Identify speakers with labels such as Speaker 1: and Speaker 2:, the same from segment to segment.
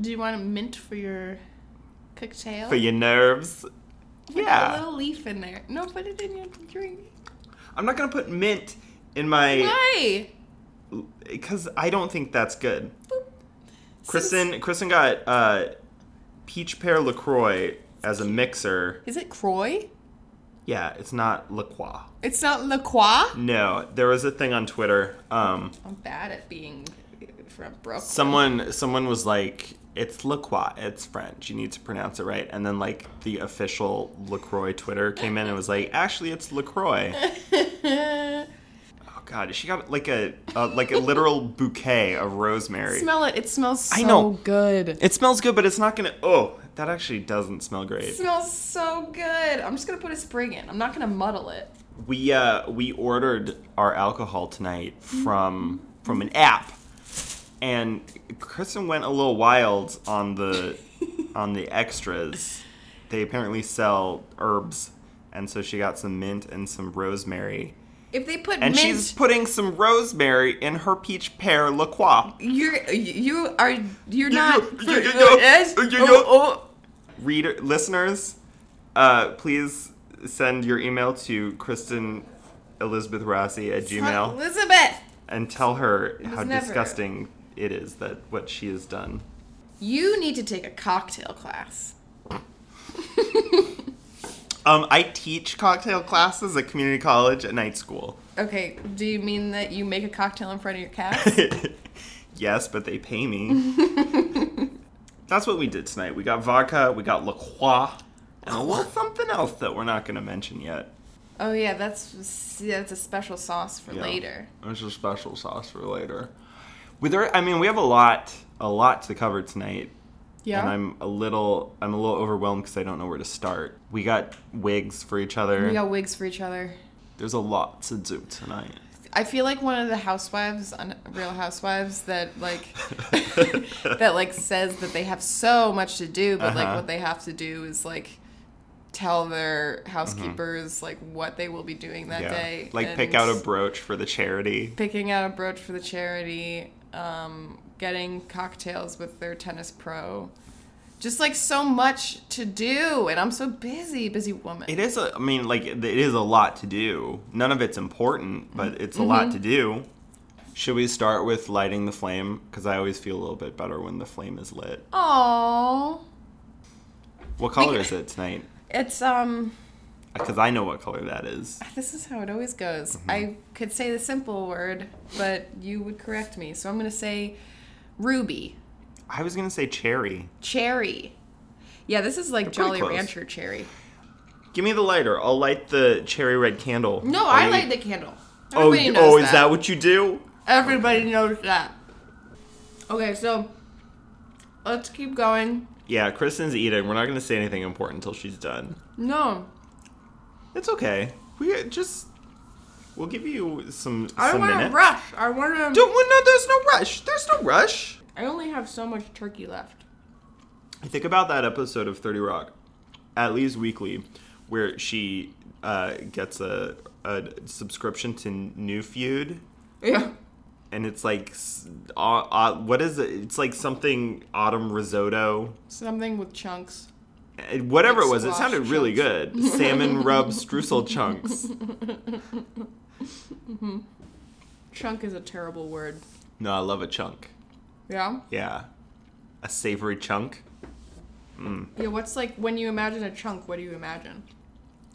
Speaker 1: Do you want mint for your cocktail?
Speaker 2: for your nerves.
Speaker 1: Put
Speaker 2: yeah.
Speaker 1: A little leaf in there. No, put it in your drink.
Speaker 2: I'm not gonna put mint in my
Speaker 1: Why?
Speaker 2: because I don't think that's good.
Speaker 1: Boop. Since-
Speaker 2: Kristen Kristen got uh, peach pear Lacroix as a mixer.
Speaker 1: Is it Croy?
Speaker 2: Yeah, it's not LaCroix.
Speaker 1: It's not La Croix?
Speaker 2: No, there was a thing on Twitter. Um,
Speaker 1: I'm bad at being from Brooklyn.
Speaker 2: someone someone was like, "It's LaCroix. It's French. You need to pronounce it right." And then like the official Lacroix Twitter came in and was like, "Actually, it's Lacroix." Oh God, she got like a, a like a literal bouquet of rosemary.
Speaker 1: Smell it. It smells so
Speaker 2: I know.
Speaker 1: good.
Speaker 2: It smells good, but it's not gonna. Oh, that actually doesn't smell great.
Speaker 1: It smells so good. I'm just gonna put a sprig in. I'm not gonna muddle it.
Speaker 2: We uh we ordered our alcohol tonight from from an app, and Kristen went a little wild on the on the extras. They apparently sell herbs, and so she got some mint and some rosemary,
Speaker 1: If they put
Speaker 2: and
Speaker 1: mint,
Speaker 2: she's putting some rosemary in her peach pear La Croix.
Speaker 1: you're you are you're not.
Speaker 2: yeah, yeah, yeah,
Speaker 1: Yes?
Speaker 2: yeah, yeah.
Speaker 1: Oh, oh.
Speaker 2: reader listeners uh, please send your email to kristen elizabeth rossi at gmail
Speaker 1: Elizabeth,
Speaker 2: and tell her how
Speaker 1: never-
Speaker 2: disgusting it is that what she has done
Speaker 1: you need to take a cocktail class.
Speaker 2: um, i teach cocktail classes at community college at night school
Speaker 1: Okay, do you mean that you make a cocktail in front of your cats?
Speaker 2: yes but they pay me that's what we did tonight we got vodka we got la croix and a little something else that we're not going to mention yet
Speaker 1: oh yeah, that's yeah, that's a special sauce for
Speaker 2: Yeah.
Speaker 1: later.
Speaker 2: There's a special sauce for later. With there, I mean, we have a lot, a lot to cover tonight,
Speaker 1: Yeah.
Speaker 2: and I'm a little, I'm a little overwhelmed because I don't know where to start. We got wigs for each other.
Speaker 1: we got wigs for each other.
Speaker 2: There's a lot to do tonight.
Speaker 1: I feel like one of the housewives on Real Housewives that like that like says that they have so much to do, but like
Speaker 2: Uh-huh.
Speaker 1: what they have to do is like tell
Speaker 2: Mm-hmm.
Speaker 1: their housekeepers like what they will be doing that day.
Speaker 2: like
Speaker 1: and
Speaker 2: pick out a brooch for the charity.
Speaker 1: picking out a brooch for the charity, um, getting cocktails with their tennis pro. Just like so much to do, and I'm so busy, busy woman.
Speaker 2: It is a, I mean, like it is a lot to do. None of it's important,
Speaker 1: Mm-hmm.
Speaker 2: but it's a lot to do. Should we start with lighting the flame? Because I always feel a little bit better when the flame is lit.
Speaker 1: Aww.
Speaker 2: What color is it tonight?
Speaker 1: It's um
Speaker 2: Because I know what color that is.
Speaker 1: This is how it always goes.
Speaker 2: Mm-hmm.
Speaker 1: I could say the simple word, but you would correct me. So I'm going to say ruby,
Speaker 2: I was gonna say cherry.
Speaker 1: cherry. Yeah, this is like
Speaker 2: pretty
Speaker 1: Jolly
Speaker 2: close.
Speaker 1: Rancher cherry.
Speaker 2: Give me the lighter. I'll light the cherry red candle.
Speaker 1: No,
Speaker 2: Are
Speaker 1: I
Speaker 2: you-
Speaker 1: light the candle.
Speaker 2: Oh,
Speaker 1: Everybody knows
Speaker 2: oh, is that what you do?
Speaker 1: Everybody knows that. Okay, so let's keep going.
Speaker 2: Yeah, Kristen's eating. We're not gonna say anything important until she's done.
Speaker 1: No,
Speaker 2: It's okay. We just we'll give you some
Speaker 1: I
Speaker 2: some
Speaker 1: don't want to
Speaker 2: minutes.
Speaker 1: rush. I want to.
Speaker 2: Don't well, no. There's no rush. There's no rush.
Speaker 1: I only have so much turkey left.
Speaker 2: I think about that episode of Thirty Rock, at least weekly, where she uh, gets a, a subscription to New Feud.
Speaker 1: Yeah.
Speaker 2: and it's like s- au- au- what is it? It's like something autumn risotto,
Speaker 1: Something with chunks.
Speaker 2: Eh, whatever it was. It
Speaker 1: Squash
Speaker 2: sounded really good. Salmon rub streusel chunks.
Speaker 1: Chunk is a terrible word.
Speaker 2: No, I love a chunk.
Speaker 1: Yeah?
Speaker 2: Yeah, a savory chunk,
Speaker 1: Yeah, what's like when you imagine a chunk, what do you imagine?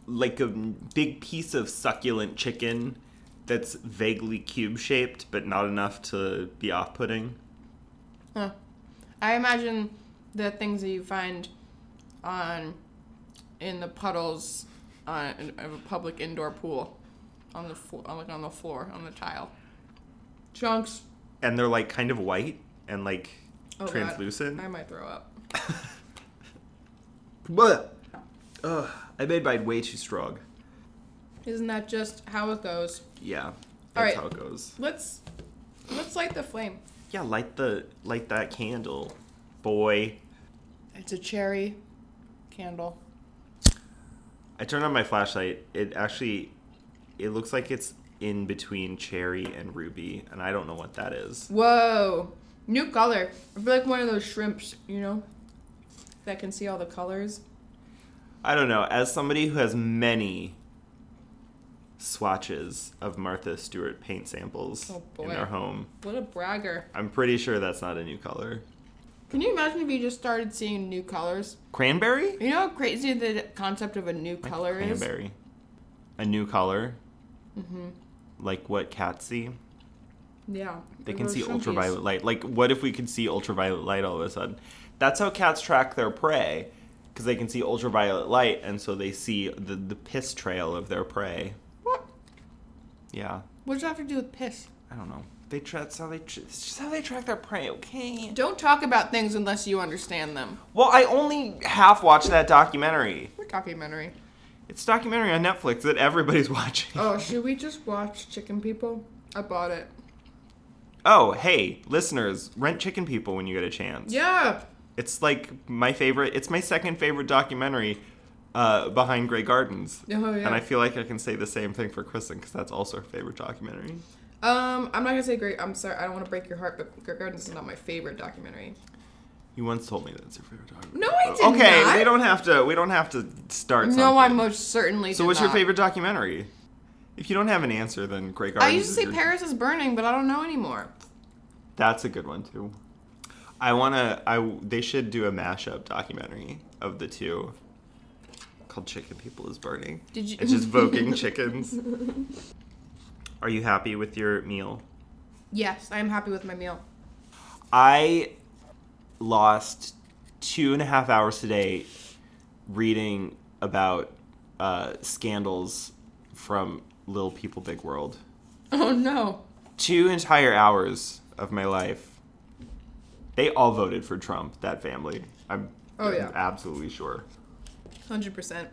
Speaker 2: like a m- big piece of succulent chicken that's vaguely cube shaped, but not enough to be off-putting.
Speaker 1: Huh. I imagine the things that you find on in the puddles on of a public indoor pool on the floor, like on the floor, on the tile. Chunks.
Speaker 2: And they're like kind of white and like
Speaker 1: Oh, God.
Speaker 2: translucent.
Speaker 1: I might throw up.
Speaker 2: But ugh, I made mine way too strong.
Speaker 1: Isn't that just how it goes?
Speaker 2: Yeah, that's
Speaker 1: right.
Speaker 2: how it goes.
Speaker 1: Let's let's light the flame.
Speaker 2: Yeah, light the light that candle, boy.
Speaker 1: It's a cherry candle.
Speaker 2: I turned on my flashlight. It actually, it looks like it's in between cherry and ruby, and I don't know what that is.
Speaker 1: Whoa. New color. I feel like one of those shrimps, you know, that can see all the colors.
Speaker 2: I don't know. As somebody who has many swatches of Martha Stewart paint samples
Speaker 1: Oh,
Speaker 2: in
Speaker 1: boy.
Speaker 2: their home,
Speaker 1: What a bragger.
Speaker 2: I'm pretty sure that's not a new color.
Speaker 1: Can you imagine if you just started seeing new colors?
Speaker 2: Cranberry?
Speaker 1: You know how crazy the concept of a new
Speaker 2: Like
Speaker 1: color is? Mm-hmm.
Speaker 2: Cranberry. A new color. Like what cats see?
Speaker 1: Yeah.
Speaker 2: They
Speaker 1: it
Speaker 2: can
Speaker 1: was
Speaker 2: see
Speaker 1: shrimpies.
Speaker 2: ultraviolet light. Like, what if we could see ultraviolet light all of a sudden? That's how cats track their prey, because they can see ultraviolet light, and so they see the, the piss trail of their prey.
Speaker 1: What?
Speaker 2: Yeah,
Speaker 1: What does that have to do with piss?
Speaker 2: I don't know. They tra- that's how they tr it's just how they track their prey. Okay.
Speaker 1: Don't talk about things unless you understand them.
Speaker 2: Well, I only half watched that documentary.
Speaker 1: We're documentary.
Speaker 2: It's a documentary on Netflix that everybody's watching.
Speaker 1: Oh, should we just watch Chicken People? I bought it.
Speaker 2: Oh, hey, listeners, rent Chicken People when you get a chance.
Speaker 1: Yeah.
Speaker 2: It's like my favorite. It's my second favorite documentary, uh, behind Grey Gardens.
Speaker 1: Oh yeah.
Speaker 2: And I feel like I can say the same thing for Kristen because that's also her favorite documentary.
Speaker 1: um, I'm not gonna say great. I'm sorry. I don't want to break your heart, but Grey Gardens is not my favorite documentary.
Speaker 2: You once told me that's your favorite documentary.
Speaker 1: No, I did
Speaker 2: okay,
Speaker 1: not.
Speaker 2: we don't have to. We don't have to start.
Speaker 1: No,
Speaker 2: something.
Speaker 1: I most certainly.
Speaker 2: So,
Speaker 1: did
Speaker 2: what's your
Speaker 1: not.
Speaker 2: favorite documentary? If you don't have an answer, then Grey Gardens.
Speaker 1: I used to
Speaker 2: is
Speaker 1: say
Speaker 2: your-
Speaker 1: Paris is burning, but I don't know anymore.
Speaker 2: That's a good one too. I wanna. I they should do a mashup documentary of the two. Called Chicken People is Burning.
Speaker 1: Did you?
Speaker 2: It's just voking chickens. Are you happy with your meal?
Speaker 1: yes, I am happy with my meal.
Speaker 2: I lost two and a half hours today reading about uh, scandals from Little People Big World.
Speaker 1: Oh no.
Speaker 2: Two entire hours of my life. They all voted for Trump, that family. I'm
Speaker 1: Oh, yeah.
Speaker 2: absolutely sure.
Speaker 1: Hundred percent.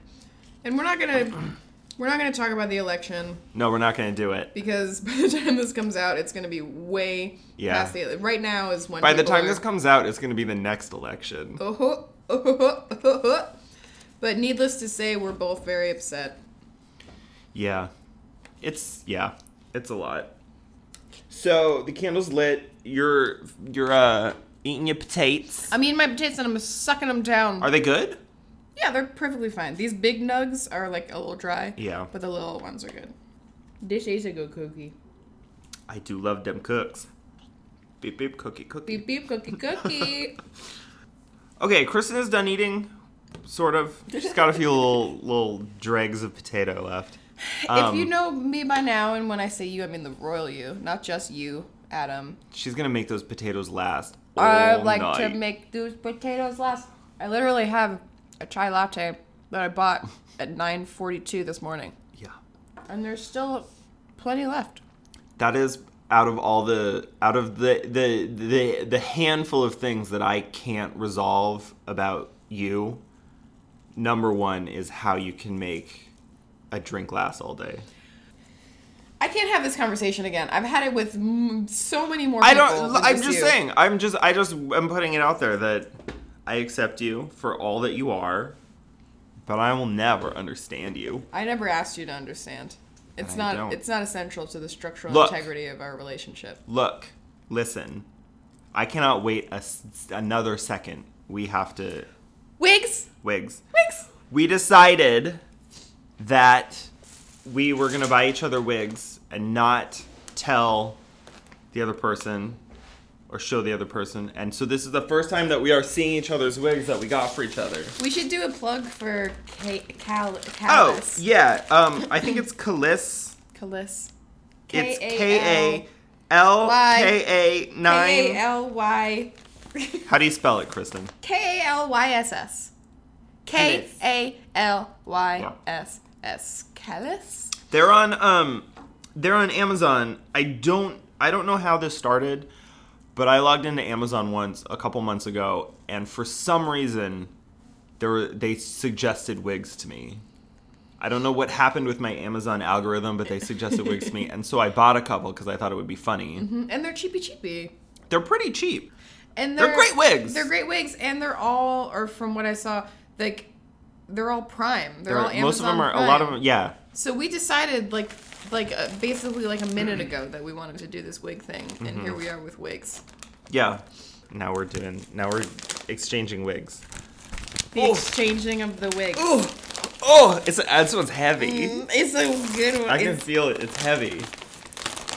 Speaker 1: And we're not gonna we're not gonna talk about the election
Speaker 2: No, we're not going to do it.
Speaker 1: because by the time this comes out, it's gonna be way
Speaker 2: Yeah.
Speaker 1: past the right now is when
Speaker 2: By the
Speaker 1: people
Speaker 2: time
Speaker 1: are-
Speaker 2: this comes out, it's going to be the next election.
Speaker 1: Oh, oh, oh, oh, oh, oh. But needless to say, we're both very upset.
Speaker 2: Yeah. It's yeah, it's a lot. So the candle's lit. You're you're uh eating your potatoes.
Speaker 1: I'm eating my potatoes and I'm sucking them down.
Speaker 2: Are they good?
Speaker 1: yeah, they're perfectly fine. These big nugs are like a little dry.
Speaker 2: Yeah.
Speaker 1: But the little ones are good. This is a good cookie.
Speaker 2: I do love them cooks. Beep beep cookie cookie.
Speaker 1: Beep beep cookie cookie.
Speaker 2: Okay, Kristen is done eating, sort of. She's got a few little little dregs of potato left.
Speaker 1: if
Speaker 2: Um,
Speaker 1: you know me by now, and when I say you, I mean the royal you, not just you, Adam.
Speaker 2: She's gonna make those potatoes last.
Speaker 1: I
Speaker 2: all
Speaker 1: like to
Speaker 2: night.
Speaker 1: make those potatoes last. I literally have a chai latte that I bought at 9:42 this morning,
Speaker 2: Yeah,
Speaker 1: and there's still plenty left.
Speaker 2: that is out of all the out of the the the the handful of things that I can't resolve about you. Number one is how you can make a drink last all day.
Speaker 1: I can't have this conversation again. I've had it with mm, so many more.
Speaker 2: I
Speaker 1: People
Speaker 2: don't.
Speaker 1: than
Speaker 2: I'm just
Speaker 1: you.
Speaker 2: saying. I'm just. I just. I'm putting it out there that I accept you for all that you are, but I will never understand you.
Speaker 1: I never asked you to understand. It's
Speaker 2: I
Speaker 1: not.
Speaker 2: don't.
Speaker 1: It's not essential to the structural
Speaker 2: Look.
Speaker 1: integrity of our relationship.
Speaker 2: Look, listen. I cannot wait a s another second. We have to
Speaker 1: Wigs,
Speaker 2: wigs.
Speaker 1: wigs.
Speaker 2: we decided that we were gonna buy each other wigs and not tell the other person or show the other person. And so this is the first time that we are seeing each other's wigs that we got for each other.
Speaker 1: We should do a plug for Ka- Cal.
Speaker 2: Oh
Speaker 1: Callis.
Speaker 2: yeah, um, I think it's Kalis.
Speaker 1: Callis.
Speaker 2: It's
Speaker 1: K A
Speaker 2: K A L K A
Speaker 1: K A
Speaker 2: nine.
Speaker 1: L Y.
Speaker 2: How do you spell it, Kristen?
Speaker 1: K A L Y S S. K A L Y S S. Callis.
Speaker 2: They're on um they're on Amazon. I don't I don't know how this started, but I logged into Amazon once a couple months ago and for some reason there were, they suggested wigs to me. I don't know what happened with my Amazon algorithm, but they suggested wigs to me, and so I bought a couple because I thought it would be funny.
Speaker 1: And they're cheapy cheapy.
Speaker 2: They're pretty cheap.
Speaker 1: And
Speaker 2: They're
Speaker 1: they're,
Speaker 2: great wigs.
Speaker 1: They're great wigs, and they're all, or from what I saw, like they're all Prime. They're, all
Speaker 2: They're-
Speaker 1: Amazon
Speaker 2: most of them are a lot of
Speaker 1: Prime.
Speaker 2: them. Yeah,
Speaker 1: So we decided, like,
Speaker 2: Mm-hmm.
Speaker 1: like uh, basically like a minute ago that we wanted to do this wig thing, and here we are with wigs.
Speaker 2: Yeah. Now we're doing. Now we're exchanging wigs.
Speaker 1: The
Speaker 2: Oof.
Speaker 1: exchanging of the wigs.
Speaker 2: Oh, oh! It's this one's heavy.
Speaker 1: Mm, It's a good one.
Speaker 2: I can
Speaker 1: It's-
Speaker 2: feel it. It's heavy.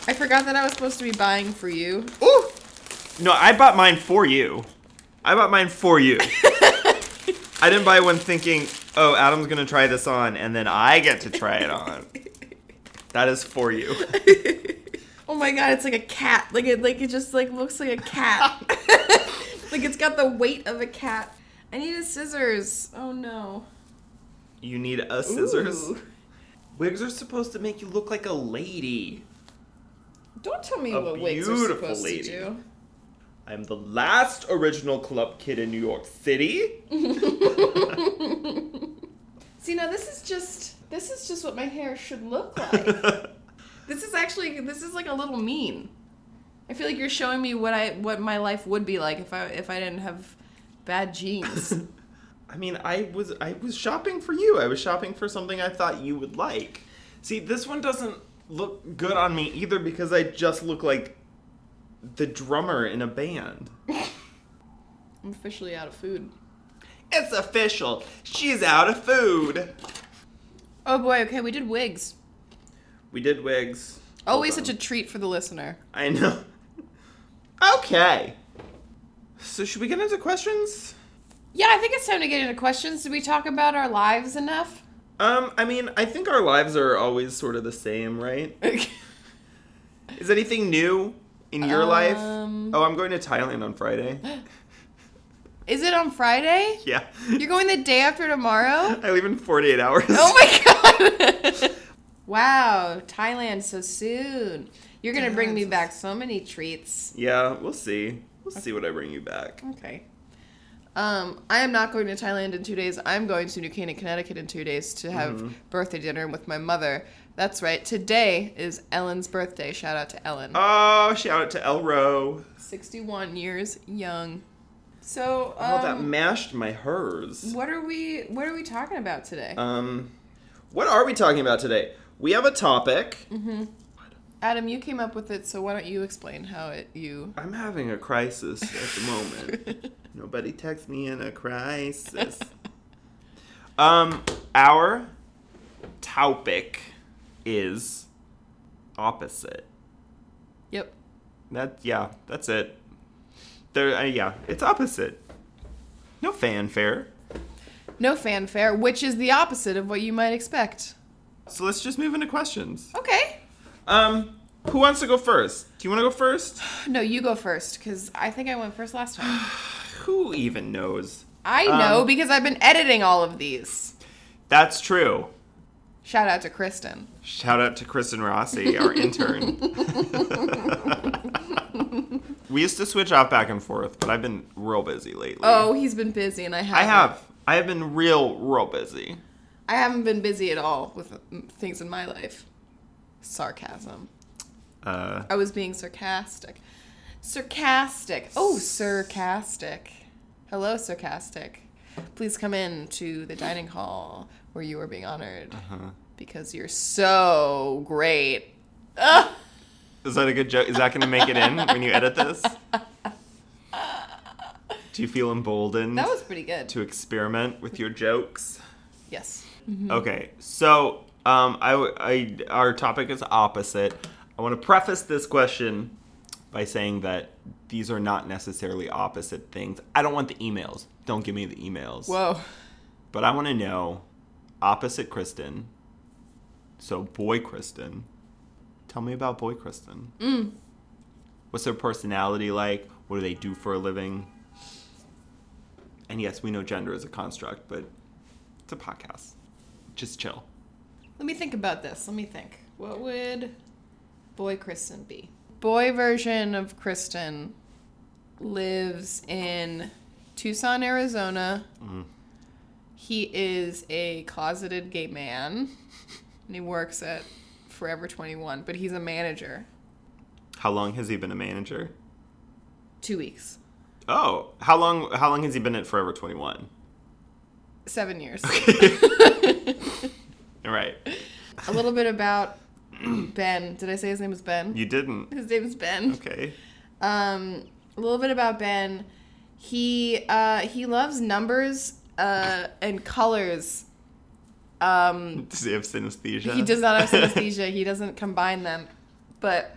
Speaker 1: I forgot that I was supposed to be buying for you.
Speaker 2: Ooh. No, I bought mine for you. I bought mine for you. I didn't buy one thinking, oh, Adam's gonna try this on, and then I get to try it on. that is for you.
Speaker 1: Oh my god, it's like a cat. Like it like it just like looks like a cat. like it's got the weight of a cat. I need a scissors. Oh no.
Speaker 2: You need a scissors.
Speaker 1: Ooh.
Speaker 2: Wigs are supposed to make you look like a lady.
Speaker 1: Don't tell me
Speaker 2: A
Speaker 1: what wigs are
Speaker 2: beautiful
Speaker 1: supposed
Speaker 2: lady.
Speaker 1: to
Speaker 2: I'm the last original club kid in New York City.
Speaker 1: do. See now this is just this is just what my hair should look like. this is actually this is like a little mean. I feel like you're showing me what I what my life would be like if I if I didn't have bad genes.
Speaker 2: I mean, I was I was shopping for you. I was shopping for something I thought you would like. See, this one doesn't look good on me either because I just look like the drummer in a band.
Speaker 1: I'm officially out of food.
Speaker 2: It's official. She's out of food.
Speaker 1: Oh boy, okay, we did wigs.
Speaker 2: We did wigs.
Speaker 1: Always
Speaker 2: Hold
Speaker 1: such
Speaker 2: on.
Speaker 1: a treat for the listener.
Speaker 2: I know. Okay. So should we get into questions?
Speaker 1: Yeah, I think it's time to get into questions. Did we talk about our lives enough?
Speaker 2: Um, I mean, I think our lives are always sort of the same, right? Is anything new in your life?
Speaker 1: Um.
Speaker 2: Oh, I'm going to Thailand on Friday.
Speaker 1: Is it on Friday?
Speaker 2: Yeah.
Speaker 1: You're going the day after tomorrow?
Speaker 2: I leave in 48 hours.
Speaker 1: Oh my god! wow, Thailand so soon. You're gonna bring me back so many treats.
Speaker 2: Yeah, we'll see. We'll see what I bring you back.
Speaker 1: Okay. Um, I am not going to Thailand in two days. I'm going to New Canaan, Connecticut in two days to have birthday dinner with my mother. That's right. Today is Ellen's birthday. Shout out to Ellen.
Speaker 2: Oh, shout out to Elro.
Speaker 1: 61 years young. So, um,
Speaker 2: Oh, that mashed my hers.
Speaker 1: what are we what are we talking about today?
Speaker 2: Um, what are we talking about today? We have a topic.
Speaker 1: Mm-hmm. Adam, you came up with it, so why don't you explain how it you
Speaker 2: I'm having a crisis at the moment. Nobody texts me in a crisis. um, our topic is opposite.
Speaker 1: Yep.
Speaker 2: That yeah, that's it. There, uh, yeah, it's opposite. No fanfare.
Speaker 1: No fanfare, which is the opposite of what you might expect.
Speaker 2: So let's just move into questions.
Speaker 1: Okay.
Speaker 2: Um, who wants to go first? Do you want to go first?
Speaker 1: No, you go first cuz I think I went first last time.
Speaker 2: Who even knows?
Speaker 1: I
Speaker 2: Um,
Speaker 1: know because I've been editing all of these.
Speaker 2: That's true.
Speaker 1: Shout out to Kristen.
Speaker 2: Shout out to Kristen Rossi, our intern. we used to switch off back and forth, but I've been real busy lately.
Speaker 1: Oh, he's been busy and I have
Speaker 2: I have. I have been real, real busy.
Speaker 1: I haven't been busy at all with mm, things in my life. Sarcasm.
Speaker 2: Uh,
Speaker 1: I was being sarcastic. Sarcastic. Oh, sarcastic. Hello, sarcastic. Please come in to the dining hall where you are being honored because you're so great. Ugh.
Speaker 2: Is that a good joke? Is that going to make it in when you edit this? Do you feel emboldened
Speaker 1: That was pretty good.
Speaker 2: to experiment with your jokes?
Speaker 1: Yes.
Speaker 2: Okay, so um, I, w- I- our topic is opposite. I want to preface this question by saying that these are not necessarily opposite things. I don't want the emails. Don't give me the emails.
Speaker 1: Whoa.
Speaker 2: But I want to know opposite Kristen. So boy Kristen. Tell me about boy Kristen.
Speaker 1: Mm.
Speaker 2: What's their personality like? What do they do for a living? And yes, we know gender is a construct, but it's a podcast. Just chill.
Speaker 1: Let me think about this. Let me think. What would boy Kristen be? Boy version of Kristen lives in Tucson, Arizona. He is a closeted gay man and he works at Forever 21, but he's a manager.
Speaker 2: How long has he been a manager?
Speaker 1: Two weeks,
Speaker 2: Oh, how long how long has he been at Forever 21?
Speaker 1: seven years.
Speaker 2: All right.
Speaker 1: a little bit about Ben. Did I say his name was Ben?
Speaker 2: You didn't.
Speaker 1: His name is Ben.
Speaker 2: Okay.
Speaker 1: Um, a little bit about Ben. He uh, he loves numbers uh, and colors. Um,
Speaker 2: Does he have synesthesia?
Speaker 1: he does not have synesthesia. he doesn't combine them, but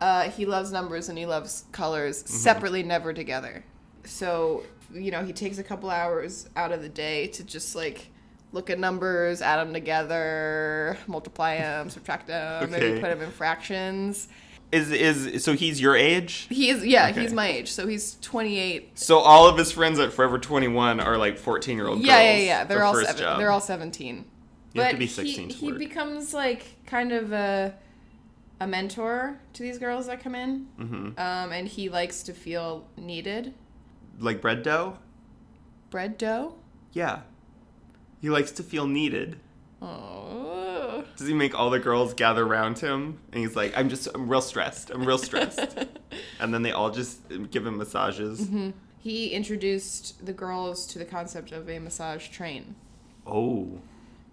Speaker 1: uh, he loves numbers and he loves colors
Speaker 2: Mm-hmm.
Speaker 1: separately, never together. So you know, he takes a couple hours out of the day to just like look at numbers, add them together, multiply them, subtract them,
Speaker 2: Okay.
Speaker 1: maybe put them in fractions.
Speaker 2: is is so he's your age.
Speaker 1: He is yeah,
Speaker 2: Okay.
Speaker 1: he's my age, so he's twenty eight.
Speaker 2: So all of his friends at Forever 21 are like 14 year old
Speaker 1: Yeah,
Speaker 2: girls.
Speaker 1: yeah, yeah. They're
Speaker 2: their
Speaker 1: all
Speaker 2: first
Speaker 1: seven,
Speaker 2: job.
Speaker 1: they're all seventeen.
Speaker 2: You have to be
Speaker 1: he-
Speaker 2: 16 to
Speaker 1: he
Speaker 2: work.
Speaker 1: becomes like kind of a a mentor to these girls that come in,
Speaker 2: Mhm.
Speaker 1: um, and he likes to feel needed.
Speaker 2: like bread dough.
Speaker 1: Bread dough.
Speaker 2: Yeah, he likes to feel needed.
Speaker 1: Oh.
Speaker 2: Does he make all the girls gather around him? And he's like, I'm just, I'm real stressed. I'm real stressed. and then they all just um, give him massages.
Speaker 1: Mm-hmm. he introduced the girls to the concept of a massage train,
Speaker 2: Oh.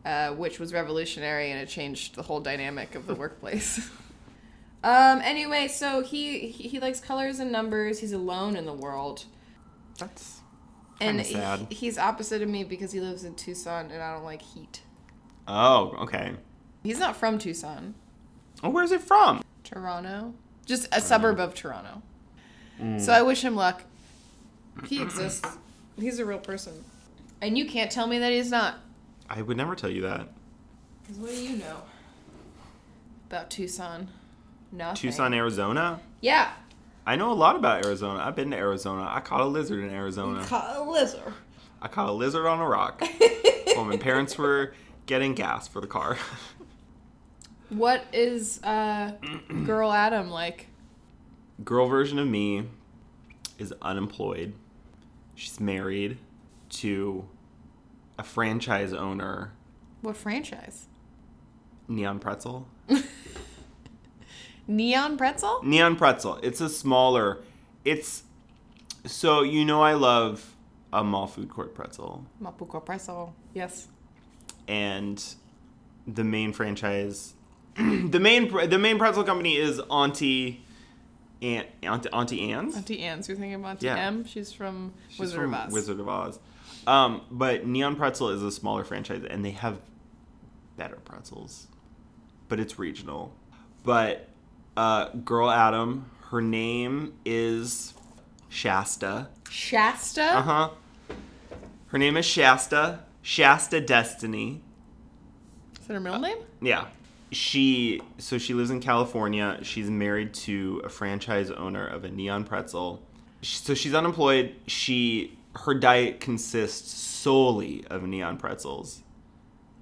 Speaker 1: uh, which was revolutionary and it changed the whole dynamic of the workplace. um, anyway, so he, he he likes colors and numbers. He's alone in the world.
Speaker 2: That's.
Speaker 1: and
Speaker 2: Kinda sad.
Speaker 1: he- he's opposite of me because he lives in Tucson and I don't like heat.
Speaker 2: Oh, okay.
Speaker 1: He's not from Tucson,
Speaker 2: Oh, where's it from?
Speaker 1: Toronto, just a suburb of Toronto.
Speaker 2: Mm.
Speaker 1: So I wish him luck. He exists. He's a real person, and you can't tell me that he's not.
Speaker 2: I would never tell you that.
Speaker 1: Because what do you know about Tucson? Nothing.
Speaker 2: Tucson, Arizona?
Speaker 1: Yeah.
Speaker 2: I know a lot about Arizona. I've been to Arizona. I caught a lizard in Arizona.
Speaker 1: Caught a lizard.
Speaker 2: I caught a lizard on a rock when my parents were getting gas for the car.
Speaker 1: What is uh, girl Adam like?
Speaker 2: Girl version of me is unemployed. She's married to a franchise owner,
Speaker 1: What franchise?
Speaker 2: Neon Pretzel.
Speaker 1: Neon pretzel?
Speaker 2: Neon Pretzel. It's a smaller. It's so you know I love a mall food court pretzel,
Speaker 1: Mapuco pretzel. Yes.
Speaker 2: and the main franchise, the main pr- the main pretzel company is Auntie Aunt, Aunt, Auntie Anne's.
Speaker 1: Auntie Anne's. You're thinking of Auntie
Speaker 2: Yeah.
Speaker 1: M. She's from
Speaker 2: She's
Speaker 1: Wizard
Speaker 2: from
Speaker 1: of Oz.
Speaker 2: Wizard of Oz. Um, but Neon Pretzel is a smaller franchise, and they have better pretzels, but it's regional. But uh, Girl Adam, her name is Shasta.
Speaker 1: Shasta.
Speaker 2: Uh huh. Her name is Shasta. Shasta Destiny.
Speaker 1: Is that her middle
Speaker 2: Uh-huh.
Speaker 1: name?
Speaker 2: Yeah. She so she lives in California. She's married to a franchise owner of a neon pretzel. Sh- So she's unemployed. She her diet consists solely of neon pretzels.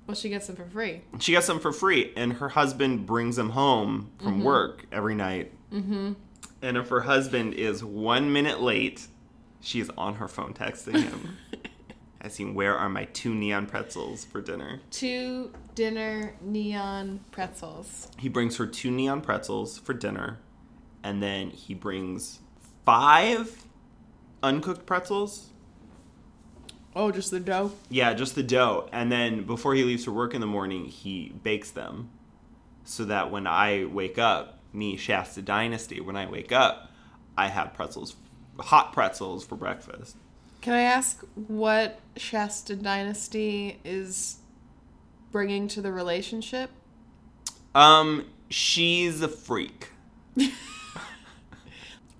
Speaker 1: Well, she gets them for free.
Speaker 2: She gets them for free, and her husband brings them home from work every night. Mm-hmm. And if her husband is one minute late, she is on her phone texting him, asking, "Where are my two neon pretzels for dinner?"
Speaker 1: Two dinner neon pretzels.
Speaker 2: He brings her two neon pretzels for dinner, and then he brings five uncooked pretzels.
Speaker 1: Oh, just the dough.
Speaker 2: Yeah, just the dough. And then before he leaves for work in the morning, he bakes them so that when I wake up, me, Shasta Dynasty, when I wake up, I have pretzels, hot pretzels for breakfast.
Speaker 1: Can I ask what Shasta Dynasty is bringing to the relationship?
Speaker 2: Um, she's a freak.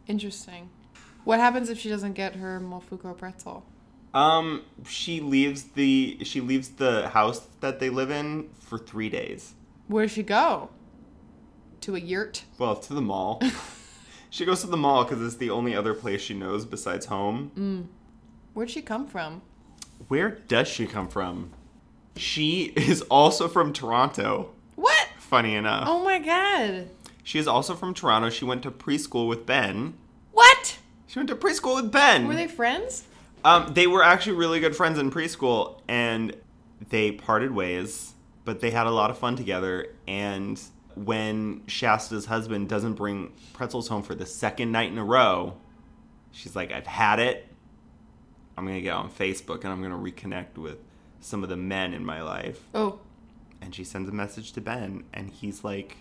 Speaker 1: Interesting. What happens if she doesn't get her mofuko pretzel?
Speaker 2: Um, she leaves the she leaves the house that they live in for three days.
Speaker 1: Where does she go? To a yurt?
Speaker 2: Well, to the mall. she goes to the mall because it's the only other place she knows besides home.
Speaker 1: Mm. Where'd she come from?
Speaker 2: Where does she come from? She is also from Toronto,
Speaker 1: What?
Speaker 2: funny enough.
Speaker 1: Oh my god.
Speaker 2: She is also from Toronto. She went to preschool with Ben.
Speaker 1: What?
Speaker 2: She went to preschool with Ben.
Speaker 1: Were they friends?
Speaker 2: Um, they were actually really good friends in preschool, and they parted ways, but they had a lot of fun together. And when Shasta's husband doesn't bring pretzels home for the second night in a row, she's like, "I've had it. I'm gonna get on Facebook and I'm gonna reconnect with some of the men in my life."
Speaker 1: Oh,
Speaker 2: And she sends a message to Ben, and he's like,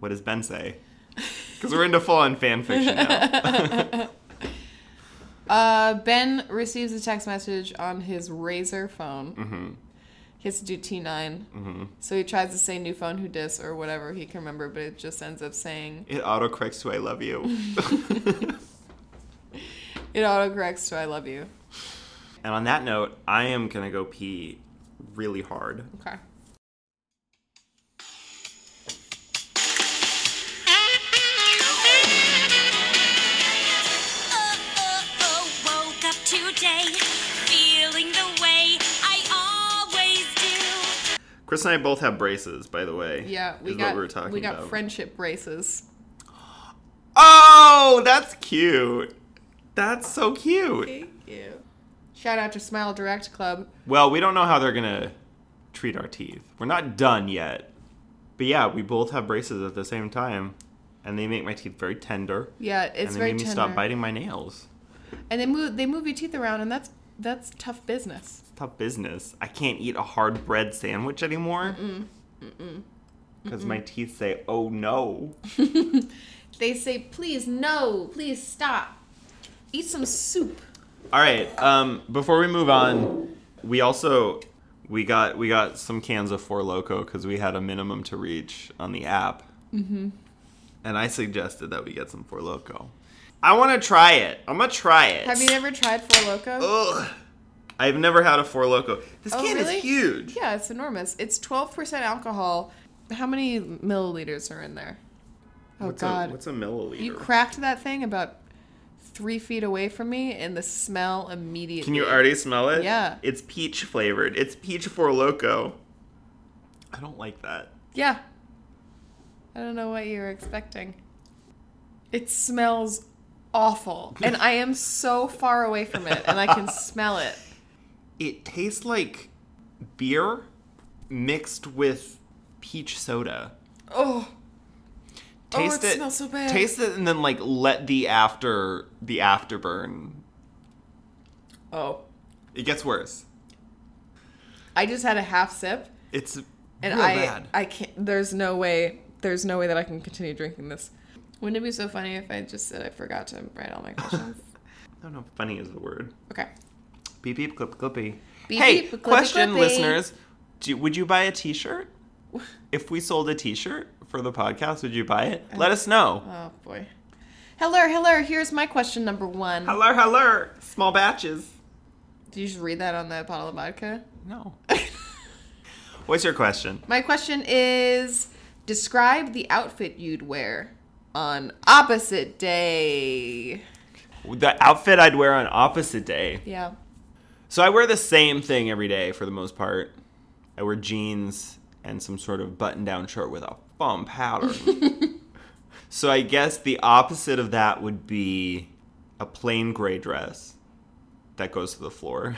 Speaker 2: "What does Ben say?" Because we're into full on fan fiction now.
Speaker 1: Uh, ben receives a text message on his Razor phone. Mm-hmm. He has to do T9. Mm-hmm. So he tries to say new phone who dis or whatever he can remember, but it just ends up saying
Speaker 2: it autocorrects to I love you.
Speaker 1: it autocorrects to I love you.
Speaker 2: and on that note, I am going to go pee really hard.
Speaker 1: Okay.
Speaker 3: Oh, woke up today feeling the way I always do.
Speaker 2: Chris and I both have braces, by the way.
Speaker 1: Yeah, we
Speaker 2: is
Speaker 1: got
Speaker 2: what we were talking
Speaker 1: we got
Speaker 2: about.
Speaker 1: friendship braces.
Speaker 2: oh, that's cute. That's so cute.
Speaker 1: Thank you. Shout out to Smile Direct Club.
Speaker 2: Well, we don't know how they're gonna treat our teeth. We're not done yet. But yeah, we both have braces at the same time, and they make my teeth very tender.
Speaker 1: Yeah, it's
Speaker 2: and they
Speaker 1: very
Speaker 2: made me
Speaker 1: tender.
Speaker 2: stop biting my nails.
Speaker 1: And they move they move your teeth around, and that's that's tough business.
Speaker 2: It's tough business. I can't eat a hard bread sandwich anymore. Because my teeth say, "Oh no."
Speaker 1: They say, please no, please stop. Eat some soup.
Speaker 2: All right. Um, before we move on, we also we got we got some cans of Four Loco because we had a minimum to reach on the app. Mm-hmm. And I suggested that we get some Four Loco. I want to try it. I'm gonna try it.
Speaker 1: Have you never tried Four Loco?
Speaker 2: Ugh. I've never had a Four Loco. This
Speaker 1: Oh,
Speaker 2: can
Speaker 1: really?
Speaker 2: is huge.
Speaker 1: Yeah, it's enormous. It's 12% alcohol. How many milliliters are in there? Oh,
Speaker 2: What's
Speaker 1: God.
Speaker 2: A, what's a milliliter?
Speaker 1: you cracked that thing about three feet away from me, and the smell immediately.
Speaker 2: Can you already smell it?
Speaker 1: Yeah.
Speaker 2: It's peach flavored. It's peach Four Loco. I don't like that.
Speaker 1: Yeah. I don't know what you were expecting. It smells awful, and I am so far away from it, and I can smell it.
Speaker 2: it tastes like beer mixed with peach soda.
Speaker 1: Oh, Oh,
Speaker 2: Taste
Speaker 1: it smells so bad.
Speaker 2: Taste it and then like let the after the afterburn.
Speaker 1: oh!
Speaker 2: It gets worse.
Speaker 1: I just had a half sip,
Speaker 2: It's
Speaker 1: and
Speaker 2: real
Speaker 1: I,
Speaker 2: bad.
Speaker 1: I can't. There's no way. There's no way that I can continue drinking this. Wouldn't it be so funny if I just said I forgot to write all my questions?
Speaker 2: I don't know if funny is the word.
Speaker 1: okay.
Speaker 2: Beep beep clip clippy.
Speaker 1: Beep,
Speaker 2: hey,
Speaker 1: beep, clippy,
Speaker 2: question
Speaker 1: clippy.
Speaker 2: listeners, do, would you buy a t-shirt? If we sold a t-shirt for the podcast, would you buy it? Let us know.
Speaker 1: Oh boy. Hello, hello. Here's my question number one.
Speaker 2: Hello, hello. Small batches.
Speaker 1: Did you just read that on the bottle of vodka?
Speaker 2: No. What's your question?
Speaker 1: My question is describe the outfit you'd wear on opposite day.
Speaker 2: The outfit I'd wear on opposite day.
Speaker 1: Yeah.
Speaker 2: So I wear the same thing every day for the most part. I wear jeans and some sort of button-down shirt with a bum pattern. so I guess the opposite of that would be a plain gray dress that goes to the floor.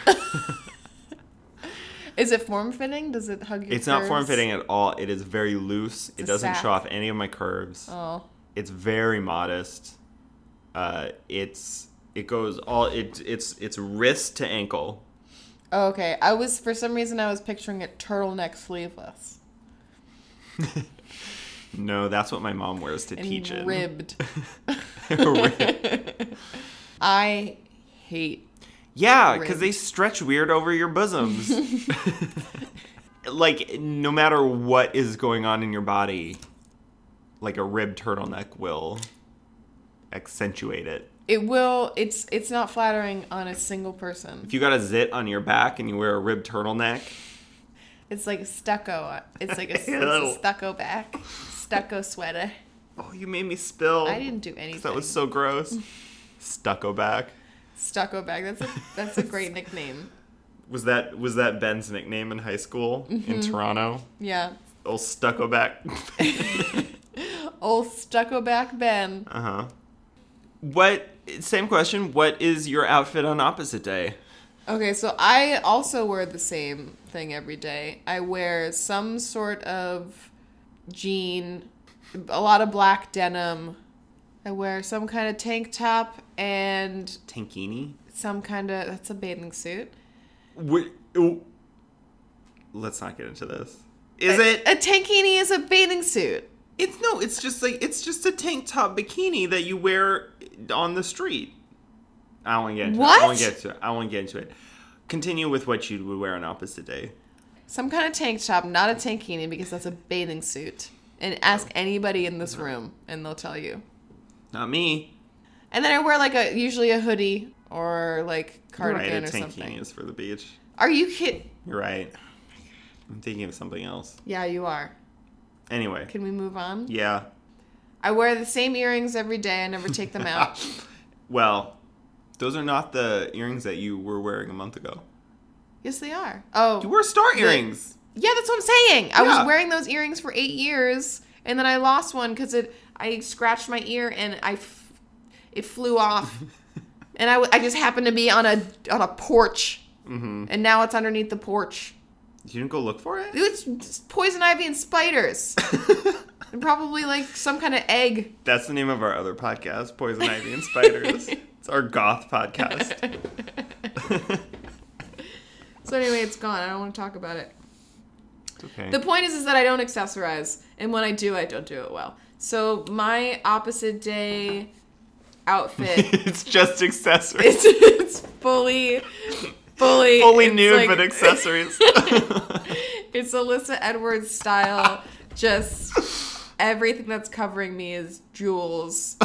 Speaker 1: Is it form fitting? Does it hug your
Speaker 2: it's not
Speaker 1: curves?
Speaker 2: form-fitting at all. It is very loose.
Speaker 1: a
Speaker 2: it doesn't
Speaker 1: sack.
Speaker 2: show off any of my curves.
Speaker 1: Oh.
Speaker 2: It's very modest. Uh, it's it goes all it it's it's wrist to ankle.
Speaker 1: Oh, Okay. I was for some reason I was picturing it turtleneck sleeveless.
Speaker 2: No, that's what my mom wears to
Speaker 1: And
Speaker 2: teach it.
Speaker 1: ribbed.
Speaker 2: Rib.
Speaker 1: I hate
Speaker 2: Yeah,
Speaker 1: Rib.
Speaker 2: because they stretch weird over your bosoms. like, no matter what is going on in your body, like a rib turtleneck will accentuate it.
Speaker 1: it will it's it's not flattering on a single person.
Speaker 2: If you got a zit on your back and you wear a rib turtleneck,
Speaker 1: It's like stucco. It's like a, it's
Speaker 2: Ew.
Speaker 1: a stucco back. Stucco sweater.
Speaker 2: oh, you made me spill.
Speaker 1: I didn't do anything.
Speaker 2: That was so gross. Stucco back.
Speaker 1: Stucco bag. That's a that's a great nickname.
Speaker 2: Was that was that Ben's nickname in high school in
Speaker 1: Mm-hmm.
Speaker 2: Toronto?
Speaker 1: Yeah.
Speaker 2: Old stucco back.
Speaker 1: Old stucco back Ben.
Speaker 2: Uh huh. What? Same question. What is your outfit on opposite day?
Speaker 1: Okay, so I also wear the same thing every day. I wear some sort of jean, a lot of black denim. I wear some kind of tank top and
Speaker 2: Tankini.
Speaker 1: some kind of that's a bathing suit.
Speaker 2: Wait, oh. Let's not get into this. Is it?
Speaker 1: A tankini is a bathing suit.
Speaker 2: It's no, it's just like it's just a tank top bikini that you wear on the street. I don't want to get into it. I want
Speaker 1: What?
Speaker 2: to get into it. I want to get into it. Continue with what you would wear on opposite day.
Speaker 1: Some kind of tank top, not a tankini, because that's a bathing suit. And ask anybody in this room, and they'll tell you.
Speaker 2: Not me.
Speaker 1: And then I wear like a usually a hoodie or like
Speaker 2: You're right, a
Speaker 1: cardigan or
Speaker 2: tankini
Speaker 1: something.
Speaker 2: is for the beach.
Speaker 1: Are you kidding?
Speaker 2: You're right. I'm thinking of something else.
Speaker 1: Yeah, you are.
Speaker 2: Anyway,
Speaker 1: Can we move on?
Speaker 2: yeah.
Speaker 1: I wear the same earrings every day. I never take them out.
Speaker 2: Well, those are not the earrings that you were wearing a month ago.
Speaker 1: yes, they are. Oh,
Speaker 2: You wore star earrings.
Speaker 1: yeah, that's what I'm saying. I
Speaker 2: Yeah.
Speaker 1: was wearing those earrings for eight years, and then I lost one because it I scratched my ear and I f- it flew off, and I, w- I just happened to be on a on a porch, mm-hmm. and now it's underneath the porch.
Speaker 2: You didn't go look for it.
Speaker 1: It's just poison ivy and spiders. and probably like some kind of egg.
Speaker 2: That's the name of our other podcast, Poison Ivy and Spiders. it's our goth podcast.
Speaker 1: So anyway, it's gone. I don't want to talk about it.
Speaker 2: It's okay.
Speaker 1: The point is, is that I don't accessorize, and when I do, I don't do it well. So my opposite day outfit,
Speaker 2: it's just accessories.
Speaker 1: it's, it's fully, fully,
Speaker 2: Fully
Speaker 1: it's
Speaker 2: nude,
Speaker 1: like-
Speaker 2: but accessories.
Speaker 1: It's Alyssa Edwards style. just everything that's covering me is jewels.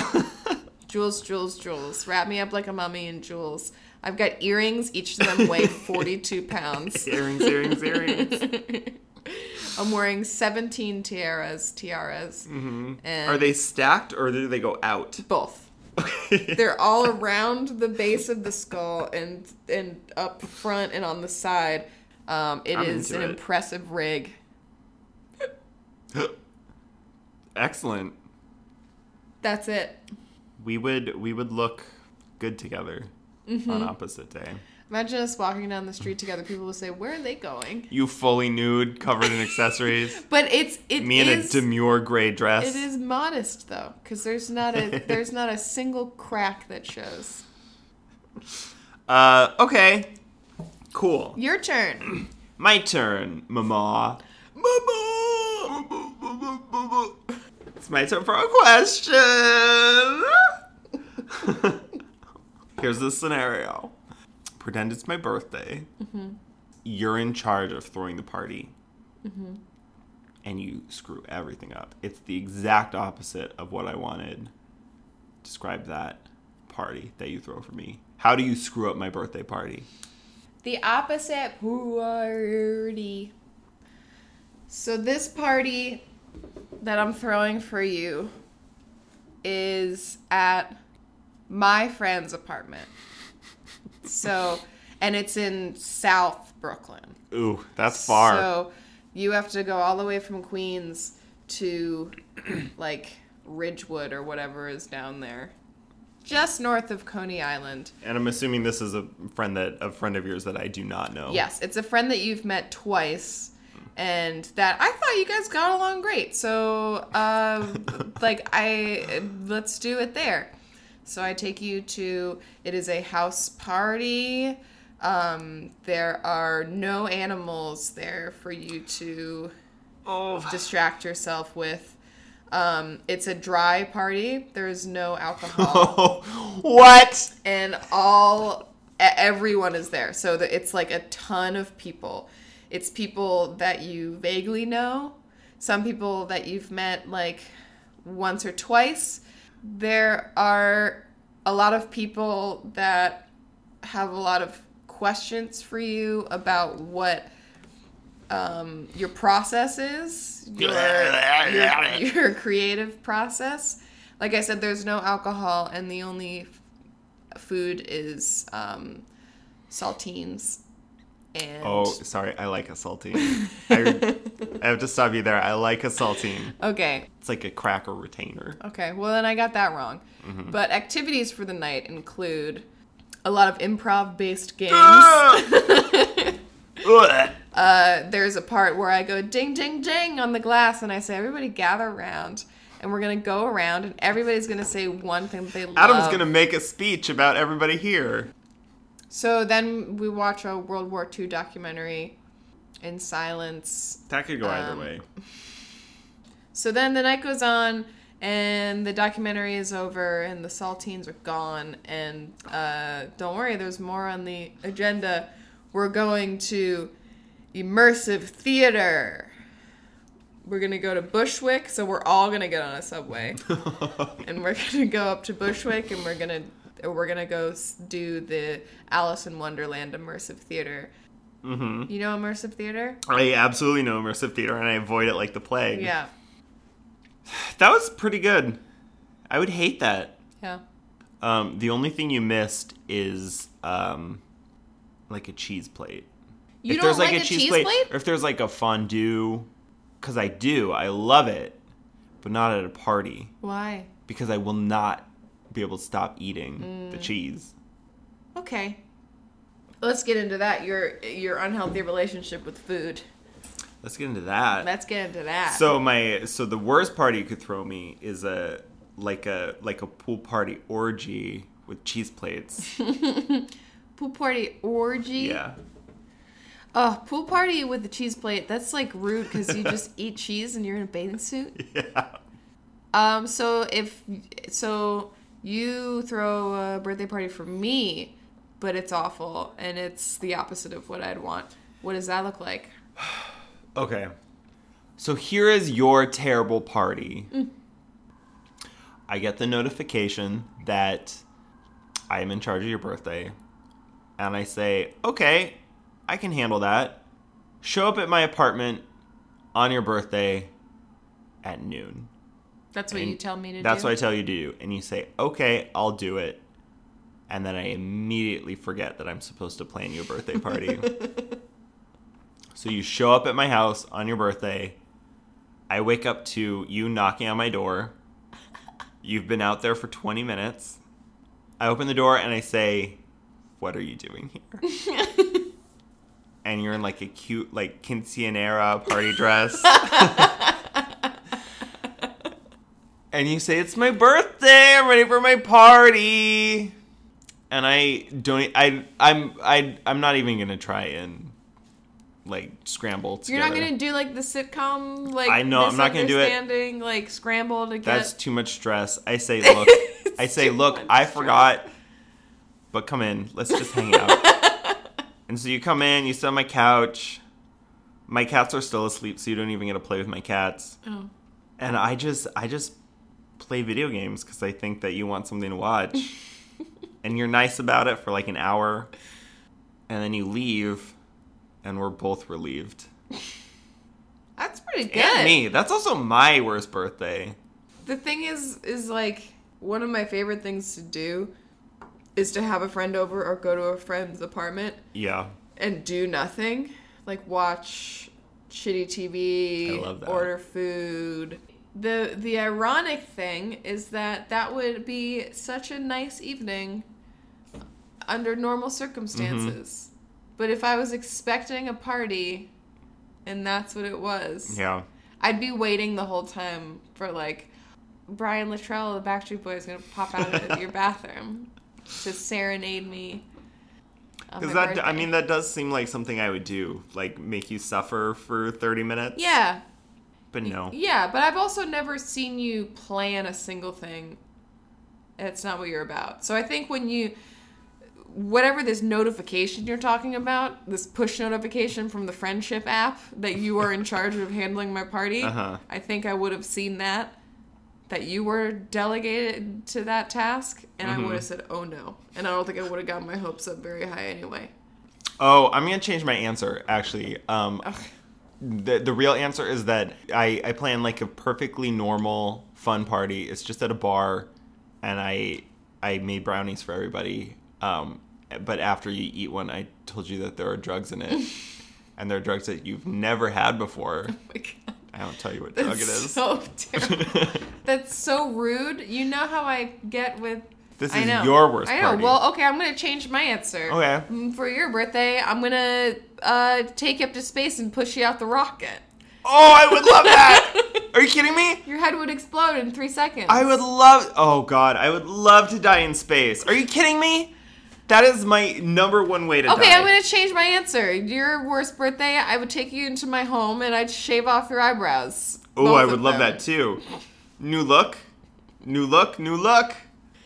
Speaker 1: Jewels, jewels, jewels. Wrap me up like a mummy in jewels. I've got earrings. Each of them weigh 42 pounds.
Speaker 2: earrings, earrings, earrings.
Speaker 1: I'm wearing 17 tiaras. Tiaras. Mm-hmm. And
Speaker 2: Are they stacked or do they go out?
Speaker 1: both?
Speaker 2: Okay.
Speaker 1: They're all around the base of the skull and and up front and on the side. Um, it is
Speaker 2: I'm into
Speaker 1: an
Speaker 2: it.
Speaker 1: impressive rig.
Speaker 2: Excellent.
Speaker 1: That's it.
Speaker 2: We would we would look good together
Speaker 1: Mm-hmm.
Speaker 2: on opposite day.
Speaker 1: Imagine us walking down the street together. People will say, "Where are they going?"
Speaker 2: You fully nude, covered in accessories.
Speaker 1: But it's it
Speaker 2: Me in a
Speaker 1: is-
Speaker 2: demure gray dress.
Speaker 1: it is modest though, because there's not a there's not a single crack that shows.
Speaker 2: Uh, okay. Cool.
Speaker 1: Your turn.
Speaker 2: My turn, mama. Mama! It's my turn for a question. Here's the scenario pretend it's my birthday. You're in charge of throwing the party. And you screw everything up. It's the exact opposite of what I wanted. Describe that party that you throw for me. How do you screw up my birthday party?
Speaker 1: The opposite party. So this party that I'm throwing for you is at my friend's apartment. So, and it's in South Brooklyn.
Speaker 2: Ooh, that's far.
Speaker 1: So you have to go all the way from Queens to like Ridgewood or whatever is down there, just north of Coney Island.
Speaker 2: And I'm assuming this is a friend that a friend of yours that I do not know.
Speaker 1: Yes, it's a friend that you've met twice. And that I thought you guys got along great, so uh, like I let's do it there. So I take you to it is a house party. Um, there are no animals there for you to
Speaker 2: Oh,
Speaker 1: distract yourself with. Um, it's a dry party. There's no alcohol,
Speaker 2: what?
Speaker 1: and all e- everyone is there. So that it's like a ton of people. It's people that you vaguely know, some people that you've met like once or twice. There are a lot of people that have a lot of questions for you about what um, your process is, your, your, your creative process. Like I said, there's no alcohol, and the only f- food is um, saltines. And
Speaker 2: Oh, sorry. I like a saltine. I, I have to stop you there. I like a saltine.
Speaker 1: okay,
Speaker 2: It's like a cracker retainer.
Speaker 1: okay. Well, then I got that wrong.
Speaker 2: Mm-hmm.
Speaker 1: But activities for the night include a lot of improv-based
Speaker 2: Ah!
Speaker 1: games.
Speaker 2: Ugh.
Speaker 1: there's a part where I go ding ding ding on the glass and I say everybody gather around and we're gonna go around and everybody's gonna say one thing that they love.
Speaker 2: Adam's gonna make a speech about everybody here.
Speaker 1: So then we watch a World War II documentary in silence.
Speaker 2: That could go
Speaker 1: Um,
Speaker 2: either way.
Speaker 1: So then the night goes on, and the documentary is over, and the saltines are gone. And uh, don't worry, there's more on the agenda. We're going to immersive theater. We're gonna go to Bushwick, so we're all gonna get on a subway, and we're gonna go up to Bushwick, and we're gonna we're gonna go s- do the Alice in Wonderland immersive theater. Mm-hmm. You know immersive theater?
Speaker 2: I absolutely know immersive theater, and I avoid it like the plague.
Speaker 1: Yeah,
Speaker 2: that was pretty good. I would hate that.
Speaker 1: yeah.
Speaker 2: Um, the only thing you missed is um, like a cheese plate.
Speaker 1: You
Speaker 2: if
Speaker 1: don't
Speaker 2: there's
Speaker 1: like,
Speaker 2: like,
Speaker 1: a cheese plate?
Speaker 2: or if there's like a fondue, because I do, I love it, but not at a party
Speaker 1: Why?
Speaker 2: because I will not be able to stop eating the
Speaker 1: Mm.
Speaker 2: cheese.
Speaker 1: Okay. Let's get into that. Your your unhealthy relationship with food.
Speaker 2: Let's get into that.
Speaker 1: Let's get into that.
Speaker 2: So my so the worst party you could throw me is a like a like a pool party orgy with cheese plates.
Speaker 1: pool party orgy.
Speaker 2: yeah.
Speaker 1: Oh, pool party with a cheese plate. That's like rude because you just eat cheese and you're in a bathing suit.
Speaker 2: Yeah.
Speaker 1: Um. So if so, you throw a birthday party for me, but it's awful and it's the opposite of what I'd want. What does that look like?
Speaker 2: Okay. So here is your terrible party. I get the notification that I am in charge of your birthday. And I say, okay, I can handle that. Show up at my apartment on your birthday at noon.
Speaker 1: That's what
Speaker 2: And
Speaker 1: you tell me to
Speaker 2: That's
Speaker 1: do.
Speaker 2: what I tell you to do. And you say, okay, I'll do it. And then I immediately forget that I'm supposed to plan your birthday party. so you show up at my house on your birthday. I wake up to you knocking on my door. You've been out there for 20 minutes. I open the door and I say, what are you doing here? and you're in like a cute, like, quinceanera party dress. and you say it's my birthday i'm ready for my party and i don't e, i i'm I, i'm not even gonna try and like scramble
Speaker 1: You're
Speaker 2: together
Speaker 1: not gonna do like the sitcom, like
Speaker 2: I know, I'm not gonna do it.
Speaker 1: misunderstanding, Like scramble to get.
Speaker 2: that's too much stress i say look i say
Speaker 1: too
Speaker 2: look
Speaker 1: much
Speaker 2: i
Speaker 1: stress."
Speaker 2: forgot but come in let's just hang out and so you come in you sit on my couch my cats are still asleep so you don't even get to play with my cats
Speaker 1: Oh.
Speaker 2: and I just I just play video games because I think that you want something to watch, and you're nice about it for like an hour, and then you leave, and we're both relieved.
Speaker 1: That's pretty good.
Speaker 2: And me, that's also my worst birthday.
Speaker 1: The thing is, is like one of my favorite things to do is to have a friend over or go to a friend's apartment
Speaker 2: Yeah,
Speaker 1: and do nothing, like watch shitty TV,
Speaker 2: I love that.
Speaker 1: order food. The the ironic thing is that that would be such a nice evening under normal circumstances.
Speaker 2: Mm-hmm.
Speaker 1: But if I was expecting a party and that's what it was,
Speaker 2: yeah.
Speaker 1: I'd be waiting the whole time for like Brian Luttrell, the Backstreet Boy, is gonna pop out of your bathroom to serenade me. on
Speaker 2: Because
Speaker 1: my
Speaker 2: that I
Speaker 1: birthday.
Speaker 2: mean that does seem like something I would do, like make you suffer for thirty minutes.
Speaker 1: yeah,
Speaker 2: but no.
Speaker 1: yeah, but I've also never seen you plan a single thing. That's not what you're about. So I think when you, whatever this notification you're talking about, this push notification from the friendship app that you are in charge of handling my party,
Speaker 2: Uh-huh.
Speaker 1: I think I would have seen that, that you were delegated to that task, and I would have said, oh no. And I don't think I would have gotten my hopes up very high anyway.
Speaker 2: Oh, I'm gonna change my answer. Actually, um, the the real answer is that I I plan like a perfectly normal fun party. It's just at a bar, and I I made brownies for everybody. Um, but after you eat one, I told you that there are drugs in it, and there are drugs that you've never had before.
Speaker 1: Like,
Speaker 2: I don't tell you what drug it
Speaker 1: that's
Speaker 2: is.
Speaker 1: so terrible. That's so rude. You know how I get with.
Speaker 2: this
Speaker 1: I
Speaker 2: is
Speaker 1: know.
Speaker 2: your worst
Speaker 1: I know.
Speaker 2: party.
Speaker 1: Well, okay, I'm gonna change my answer.
Speaker 2: Okay.
Speaker 1: Mm, For your birthday, I'm gonna uh, take you up to space and push you out the rocket.
Speaker 2: oh, I would love that. are you kidding me?
Speaker 1: Your head would explode in three seconds.
Speaker 2: I would love. Oh God, I would love to die in space. Are you kidding me? That is my number one way to
Speaker 1: Okay,
Speaker 2: die.
Speaker 1: I'm gonna change my answer. Your worst birthday, I would take you into my home and I'd shave off your eyebrows.
Speaker 2: Oh, I
Speaker 1: Both
Speaker 2: would
Speaker 1: of
Speaker 2: love
Speaker 1: them.
Speaker 2: that too. New look, new look, new look.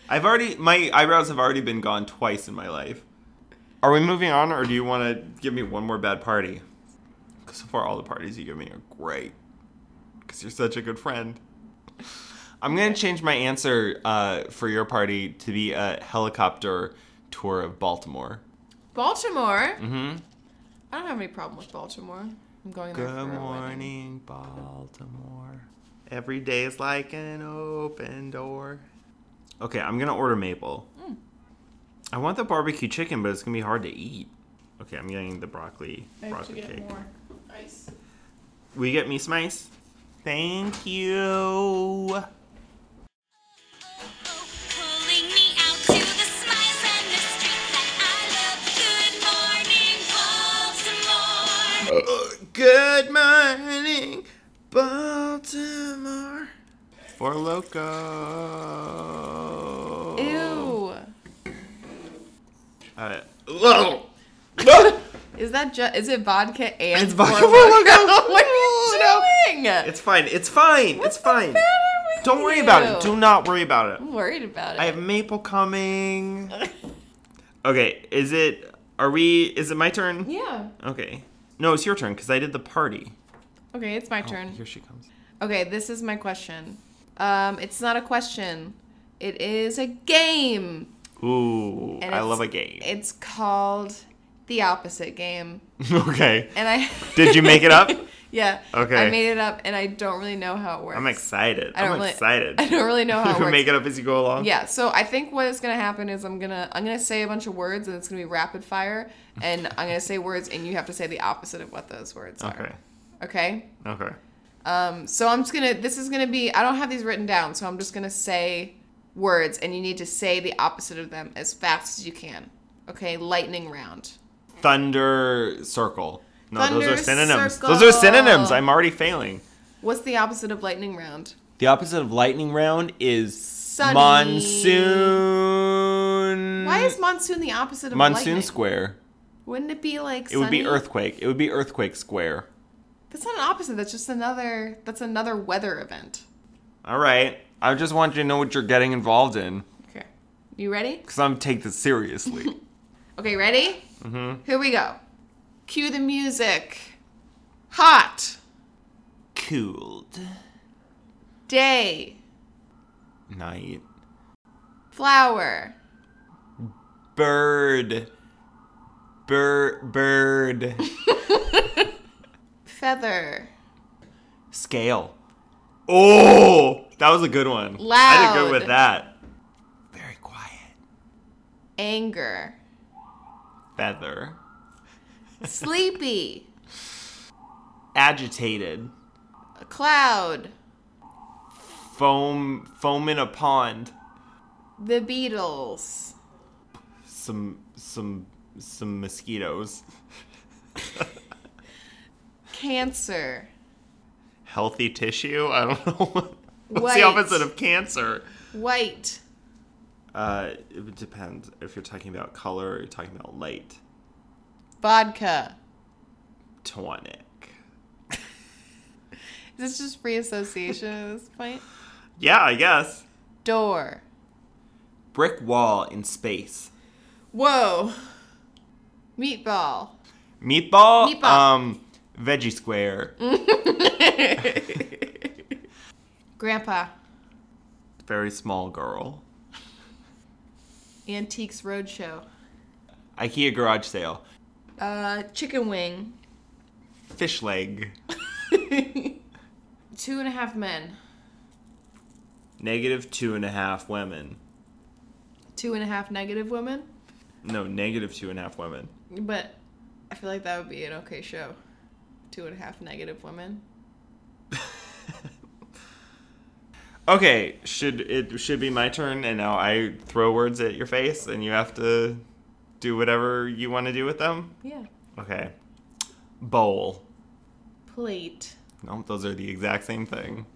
Speaker 2: I've already my eyebrows have already been gone twice in my life. Are we moving on, or do you want to give me one more bad party? Because so far all the parties you give me are great. Because you're such a good friend. I'm gonna change my answer uh, for your party to be a helicopter tour of Baltimore.
Speaker 1: Baltimore. Mm-hmm. I don't have any problem with Baltimore. I'm going there. for a
Speaker 2: Good
Speaker 1: wedding.
Speaker 2: morning, Baltimore. Every day is like an open door. Hmm. Okay, I'm gonna order maple. I want the barbecue chicken, but it's gonna be hard to eat. Okay, I'm getting the broccoli
Speaker 1: I have to
Speaker 2: broccoli
Speaker 1: get
Speaker 2: cake.
Speaker 1: more ice.
Speaker 2: Will you get me some ice? Thank you.
Speaker 3: Oh, Pulling me out to the smiles and the streets that I love. Good morning, Baltimore.
Speaker 2: Good morning, Baltimore. For loco.
Speaker 1: Ew.
Speaker 2: Uh,
Speaker 1: Is that just? Is it vodka and?
Speaker 2: It's vodka
Speaker 1: Four
Speaker 2: Four
Speaker 1: Loko? what
Speaker 2: No.
Speaker 1: are you doing?
Speaker 2: It's fine. It's fine.
Speaker 1: What's
Speaker 2: it's
Speaker 1: the
Speaker 2: fine.
Speaker 1: matter with
Speaker 2: Don't worry about
Speaker 1: you?
Speaker 2: it. Do not worry about it.
Speaker 1: I'm worried about it.
Speaker 2: I have maple coming. Okay, is it are we is it my turn?
Speaker 1: yeah.
Speaker 2: Okay. No, it's your turn cuz I did the party.
Speaker 1: Okay, it's my
Speaker 2: Oh,
Speaker 1: turn.
Speaker 2: here she comes.
Speaker 1: Okay, this is my question. Um, it's not a question. It is a game.
Speaker 2: Ooh,
Speaker 1: and
Speaker 2: I
Speaker 1: it's-
Speaker 2: love a game.
Speaker 1: It's called the opposite game,
Speaker 2: okay.
Speaker 1: and I.
Speaker 2: Did you make it up?
Speaker 1: yeah.
Speaker 2: Okay.
Speaker 1: I made it up, and I don't really know how it works.
Speaker 2: I'm excited.
Speaker 1: I don't
Speaker 2: I'm
Speaker 1: really-
Speaker 2: excited.
Speaker 1: I don't really know how it
Speaker 2: you
Speaker 1: works.
Speaker 2: make it up as you go along.
Speaker 1: Yeah, so I think what is gonna happen is I'm gonna I'm gonna say a bunch of words and it's gonna be rapid fire, and I'm gonna say words and you have to say the opposite of what those words
Speaker 2: Okay.
Speaker 1: are. Okay.
Speaker 2: Okay.
Speaker 1: Um. So I'm just gonna this is gonna be I don't have these written down, so I'm just gonna say words and you need to say the opposite of them as fast as you can. Okay. Lightning round.
Speaker 2: Thunder circle. No, those
Speaker 1: Thunder
Speaker 2: are synonyms. Those are synonyms.
Speaker 1: circle.
Speaker 2: I'm already failing.
Speaker 1: What's the opposite of lightning round?
Speaker 2: The opposite of lightning round is
Speaker 1: Sunny.
Speaker 2: monsoon.
Speaker 1: Why is monsoon the opposite of
Speaker 2: Mm. monsoon
Speaker 1: lightning?
Speaker 2: square?
Speaker 1: Wouldn't it be like?
Speaker 2: It would be
Speaker 1: sunny?
Speaker 2: earthquake. It would be earthquake square.
Speaker 1: That's not an opposite. That's just another. That's another weather event.
Speaker 2: All right. I just want you to know what you're getting involved in
Speaker 1: Okay. You ready?
Speaker 2: because I'm take this seriously.
Speaker 1: Okay, ready? Mm-hmm. Here we go. Cue the music. Hot
Speaker 2: Cooled
Speaker 1: day
Speaker 2: night
Speaker 1: flower
Speaker 2: bird bird bird
Speaker 1: feather
Speaker 2: scale. Oh, that was a good one. I did
Speaker 1: Loud.
Speaker 2: good with that. Very quiet.
Speaker 1: anger
Speaker 2: Feather.
Speaker 1: sleepy
Speaker 2: Agitated.
Speaker 1: cloud
Speaker 2: foam foam in a pond
Speaker 1: the Beatles
Speaker 2: some some some mosquitoes
Speaker 1: cancer
Speaker 2: healthy tissue i don't know what's
Speaker 1: White.
Speaker 2: the opposite of cancer
Speaker 1: white
Speaker 2: uh it depends if you're talking about color or you're talking about light
Speaker 1: vodka.
Speaker 2: tonic
Speaker 1: Is this just free association at this point?
Speaker 2: yeah i guess
Speaker 1: Door.
Speaker 2: brick wall in space
Speaker 1: Whoa. Meatball.
Speaker 2: meatball,
Speaker 1: Meatball.
Speaker 2: um veggie square
Speaker 1: Grandpa.
Speaker 2: very small girl
Speaker 1: Antiques Roadshow.
Speaker 2: ikea garage sale
Speaker 1: Uh, chicken wing.
Speaker 2: fish leg
Speaker 1: Two and a half men.
Speaker 2: negative two and a half women
Speaker 1: Two and a half negative women.
Speaker 2: no negative two and a half women
Speaker 1: But I feel like that would be an okay show. Two and a half negative women.
Speaker 2: Okay, should it should be my turn, and now I throw words at your face, and you have to do whatever you want to do with them.
Speaker 1: Yeah.
Speaker 2: Okay, bowl.
Speaker 1: Plate.
Speaker 2: No, those are the exact same thing.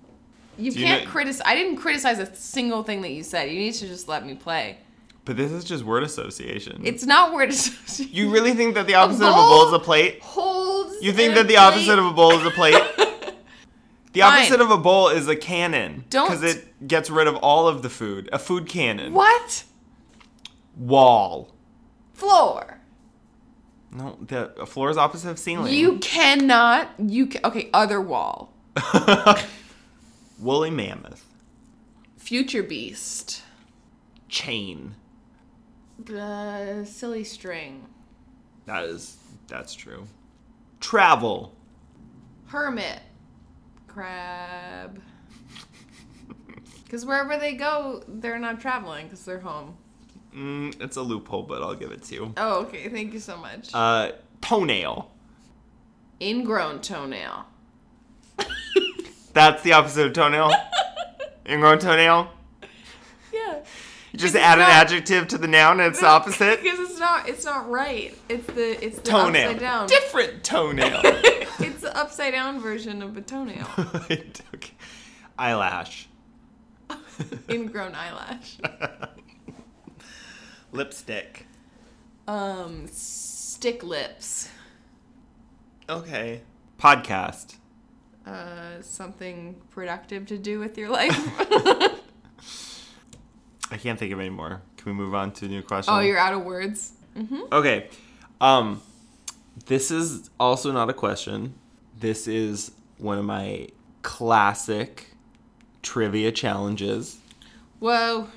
Speaker 1: You
Speaker 2: Do you
Speaker 1: can't
Speaker 2: know-
Speaker 1: criticize. I didn't criticize a single thing that you said. You need to just let me play.
Speaker 2: But this is just word association.
Speaker 1: It's not word association.
Speaker 2: you really think that the opposite of a
Speaker 1: bowl?
Speaker 2: bowl is a plate?
Speaker 1: holds.
Speaker 2: You think
Speaker 1: and a
Speaker 2: that the opposite
Speaker 1: plate-
Speaker 2: of a bowl is a plate? The
Speaker 1: Fine.
Speaker 2: opposite of a bowl is a cannon.
Speaker 1: Don't-
Speaker 2: Because it gets rid of all of the food. A food cannon.
Speaker 1: What?
Speaker 2: Wall.
Speaker 1: Floor.
Speaker 2: No, the a floor is opposite of ceiling.
Speaker 1: You cannot. You ca- okay? Other wall.
Speaker 2: Woolly mammoth.
Speaker 1: Future beast.
Speaker 2: Chain.
Speaker 1: The silly string.
Speaker 2: That is that's true. Travel.
Speaker 1: Hermit. Crab. Because wherever they go, they're not traveling because they're home.
Speaker 2: Mm, it's a loophole, but I'll give it to you.
Speaker 1: Oh, okay. Thank you so much.
Speaker 2: Uh, toenail.
Speaker 1: Ingrown toenail.
Speaker 2: That's the opposite of toenail. Ingrown toenail.
Speaker 1: Yeah.
Speaker 2: You just add an
Speaker 1: not-
Speaker 2: adjective to the noun and it's the opposite.
Speaker 1: Because it's not. It's not right. It's the. It's the
Speaker 2: Toenail.
Speaker 1: upside down.
Speaker 2: Different toenail.
Speaker 1: it's the upside down version of a toenail.
Speaker 2: okay. Eyelash.
Speaker 1: Ingrown eyelash.
Speaker 2: Lipstick.
Speaker 1: Um, stick lips.
Speaker 2: Okay. Podcast.
Speaker 1: Uh, something productive to do with your life.
Speaker 2: I can't think of any more. Can we move on to a new question?
Speaker 1: oh, you're out of words.
Speaker 2: Okay. Um this is also not a question. This is one of my classic trivia challenges.
Speaker 1: Whoa.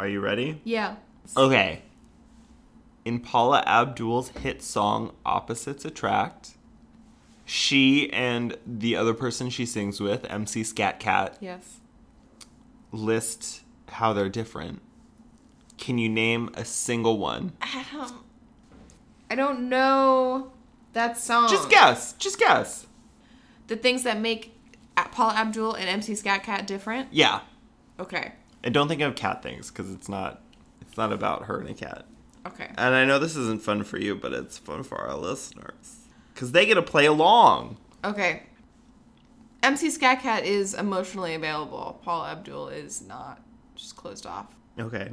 Speaker 2: Are you ready?
Speaker 1: Yeah.
Speaker 2: Okay. In Paula Abdul's hit song Opposites Attract, she and the other person she sings with, MC Scat Cat,
Speaker 1: Yes.
Speaker 2: list how they're different. Can you name a single one?
Speaker 1: I don't. I don't know that song.
Speaker 2: Just guess. Just guess.
Speaker 1: the things that make A- Paula Abdul and MC Scat Cat different.
Speaker 2: Yeah.
Speaker 1: Okay.
Speaker 2: And don't think of cat things because it's not it's not about her and a cat.
Speaker 1: Okay.
Speaker 2: And I know this isn't fun for you, but it's fun for our listeners because they get to play along.
Speaker 1: Okay. MC Scat Cat is emotionally available. Paula Abdul is not. Just closed off.
Speaker 2: Okay,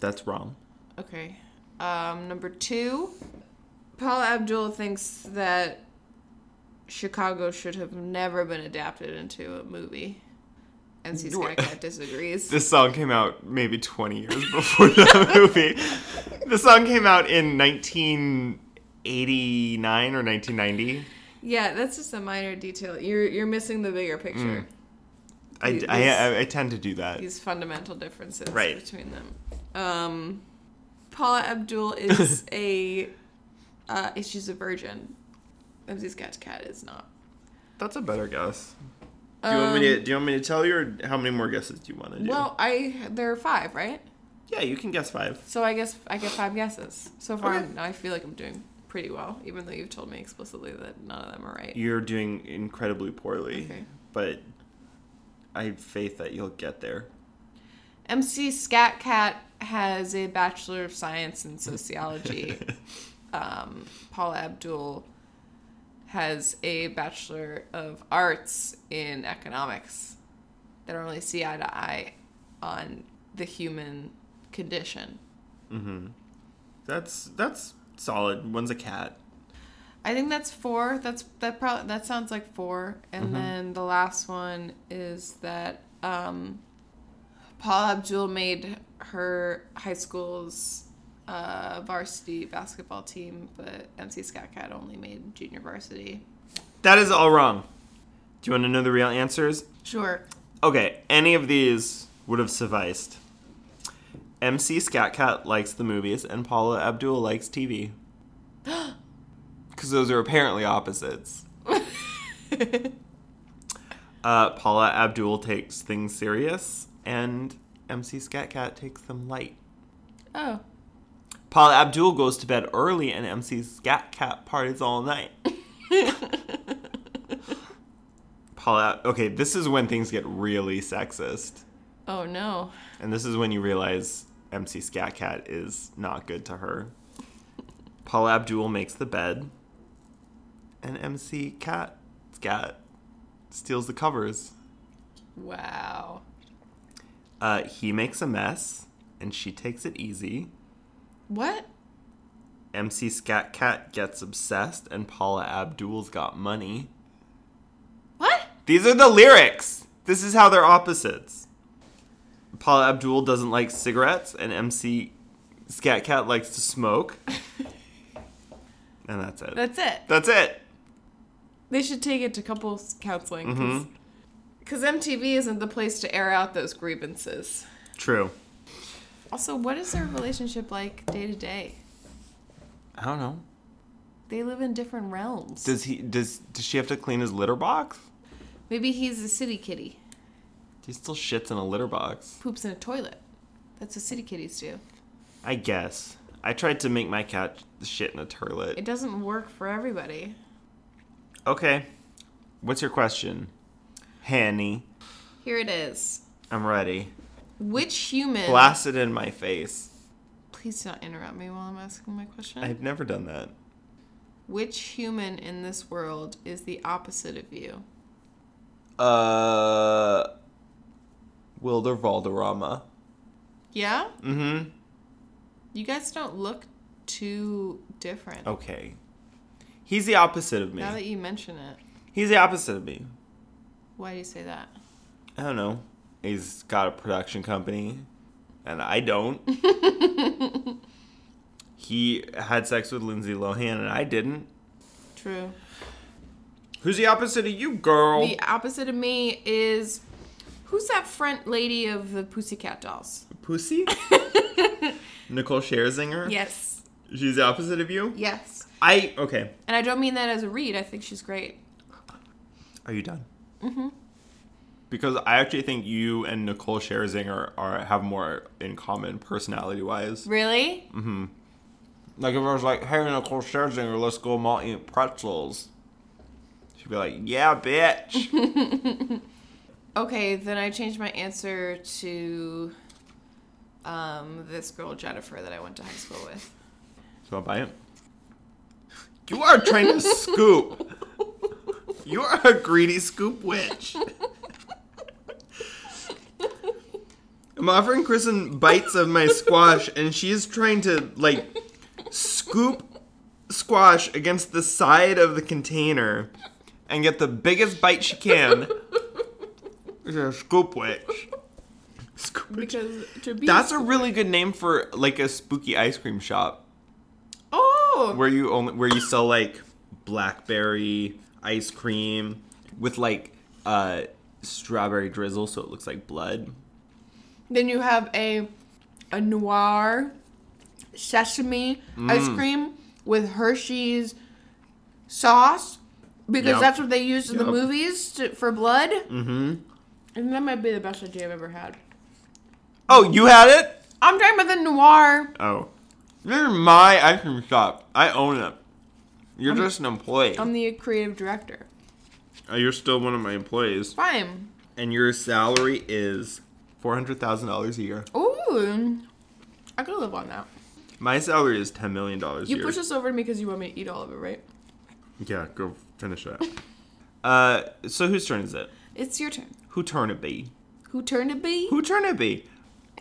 Speaker 2: that's wrong.
Speaker 1: Okay. Um, number two, Paula Abdul thinks that Chicago should have never been adapted into a movie. MC
Speaker 2: You are-
Speaker 1: Skycat disagrees.
Speaker 2: This song came out maybe 20 years before the movie. The song came out in 1989 or 1990.
Speaker 1: yeah, that's just a minor detail. You're you're missing the bigger
Speaker 2: Mm.
Speaker 1: picture.
Speaker 2: I, I, I, I tend to do that.
Speaker 1: These fundamental differences
Speaker 2: Right.
Speaker 1: between them. Um, Paula Abdul is a uh, she's a virgin. MC Skycat is not.
Speaker 2: That's a better guess. Do you, want me to, do you want me to tell you, or how many more guesses do you want to do?
Speaker 1: Um, Well, I there are five, right?
Speaker 2: yeah, you can guess five.
Speaker 1: So I guess I get five guesses. So far,
Speaker 2: Okay.
Speaker 1: I'm- i feel like I'm doing pretty well, even though you've told me explicitly that none of them are right.
Speaker 2: You're doing incredibly poorly,
Speaker 1: Okay.
Speaker 2: but I have faith that you'll get there.
Speaker 1: MC Scat Cat has a Bachelor of Science in Sociology. um, Paula Abdul has a Bachelor of Arts in Economics. They don't really see eye to eye on the human condition.
Speaker 2: That's that's solid. One's a cat.
Speaker 1: I think that's four. That's that probably that sounds like four. And then the last one is that um, Paula Abdul made her high school's uh, varsity basketball team, but MC Scat Cat only made junior varsity.
Speaker 2: That is all wrong. Do you want to know the real answers?
Speaker 1: Sure.
Speaker 2: Okay, any of these would have sufficed. MC Scat Cat likes the movies, and Paula Abdul likes TV. Because those are apparently opposites. Uh, Paula Abdul takes things serious, and MC Scat Cat takes them light.
Speaker 1: oh.
Speaker 2: Paula Abdul goes to bed early, and MC Scat Cat parties all night. Paula, okay, this is when things get really sexist.
Speaker 1: Oh no.
Speaker 2: And this is when you realize MC Scat Cat is not good to her. Paul Abdul makes the bed, and MC Cat Scat steals the covers.
Speaker 1: Wow.
Speaker 2: Uh, he makes a mess, and she takes it easy.
Speaker 1: What?
Speaker 2: MC Scat Cat gets obsessed, and Paula Abdul's got money.
Speaker 1: What?
Speaker 2: These are the lyrics. This is how they're opposites. Paula Abdul doesn't like cigarettes, and MC Scat Cat likes to smoke. and that's it.
Speaker 1: That's it.
Speaker 2: That's it.
Speaker 1: They should take it to couples counseling. Because MTV isn't the place to air out those grievances.
Speaker 2: True.
Speaker 1: Also, what is their relationship like day to day?
Speaker 2: I don't know.
Speaker 1: They live in different realms.
Speaker 2: Does he? Does does she have to clean his litter box?
Speaker 1: Maybe he's a city kitty,
Speaker 2: He still shits in a litter box.
Speaker 1: poops in a toilet. That's what city kitties do.
Speaker 2: I guess. I tried to make my cat shit in a
Speaker 1: It
Speaker 2: toilet.
Speaker 1: doesn't work for everybody.
Speaker 2: Okay. What's your question? Hanny,
Speaker 1: Here it is.
Speaker 2: I'm ready.
Speaker 1: Which human?
Speaker 2: Blast it in my face.
Speaker 1: Please don't interrupt me while I'm asking my question.
Speaker 2: I've never done that.
Speaker 1: Which human in this world is the opposite of you?
Speaker 2: Uh. Wilder Valderrama.
Speaker 1: Yeah?
Speaker 2: Mm hmm.
Speaker 1: You guys don't look too different.
Speaker 2: Okay. He's the opposite of me.
Speaker 1: Now that you mention it,
Speaker 2: He's the opposite of me.
Speaker 1: why do you say that?
Speaker 2: I don't know. He's got a production company, and I don't. he had sex with Lindsay Lohan, and I didn't.
Speaker 1: True.
Speaker 2: Who's the opposite of you, girl?
Speaker 1: The opposite of me is who's that front lady of the Pussycat Dolls?
Speaker 2: Pussy? Nicole Scherzinger?
Speaker 1: Yes.
Speaker 2: She's the opposite of you?
Speaker 1: Yes.
Speaker 2: I. Okay.
Speaker 1: And I don't mean that as a read. I think she's great.
Speaker 2: Are you done? Mm hmm. Because I actually think you and Nicole Scherzinger are have more in common personality wise.
Speaker 1: Really?
Speaker 2: Like if I was like, "Hey, Nicole Scherzinger, let's go malt eat pretzels," she'd be like, "Yeah, bitch."
Speaker 1: Okay, then I changed my answer to um, this girl Jennifer that I went to high school with.
Speaker 2: so I buy it. You are trying to scoop. You are a greedy scoop witch. I'm offering Kristen bites of my squash, and she's trying to like scoop squash against the side of the container and get the biggest bite she can. She's a scoop witch. Scoop witch.
Speaker 1: Because to be
Speaker 2: That's a really good name for like a spooky ice cream shop
Speaker 1: oh
Speaker 2: where you only where you sell like blackberry ice cream with like uh strawberry drizzle so it looks like blood.
Speaker 1: Then you have a a noir sesame ice
Speaker 2: Mm.
Speaker 1: cream with Hershey's sauce because
Speaker 2: Yep.
Speaker 1: that's what they used in the
Speaker 2: Yep.
Speaker 1: movies to, for blood. Mm-hmm. And that might be the best idea I've ever had.
Speaker 2: Oh, you had it?
Speaker 1: I'm talking about the noir.
Speaker 2: Oh. This is my ice cream shop. I own it. You're just an employee.
Speaker 1: I'm the creative director.
Speaker 2: Uh, You're still one of my employees.
Speaker 1: Fine.
Speaker 2: And your salary is four hundred thousand dollars a year.
Speaker 1: Ooh, I could live on that.
Speaker 2: My salary is ten million dollars a
Speaker 1: You
Speaker 2: year.
Speaker 1: push this over to me because you want me to eat all of it, right?
Speaker 2: yeah, go finish that. uh so whose turn is it?
Speaker 1: It's your turn.
Speaker 2: Who turn it be?
Speaker 1: Who turned it be?
Speaker 2: Who turn it be?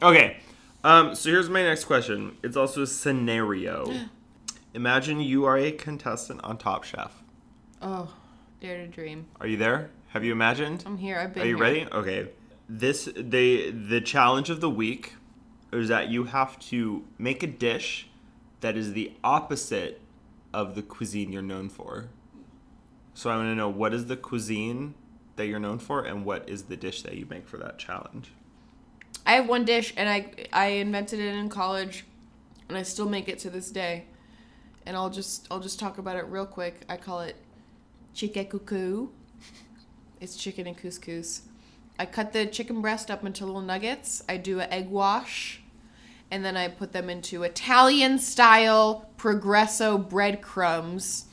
Speaker 2: Okay. Um, so here's my next question. It's also a scenario. Imagine you are a contestant on Top Chef.
Speaker 1: Oh, dare to dream.
Speaker 2: Are you there? Have you imagined?
Speaker 1: I'm here. I've been.
Speaker 2: Are you
Speaker 1: here.
Speaker 2: ready? Okay. This they the challenge of the week is that you have to make a dish that is the opposite of the cuisine you're known for. So I want to know what is the cuisine that you're known for and what is the dish that you make for that challenge.
Speaker 1: I have one dish, and I I invented it in college, and I still make it to this day. And I'll just I'll just talk about it real quick. I call it chicken cuckoo. It's chicken and couscous. I cut the chicken breast up into little nuggets. I do an egg wash, and then I put them into Italian style Progresso breadcrumbs.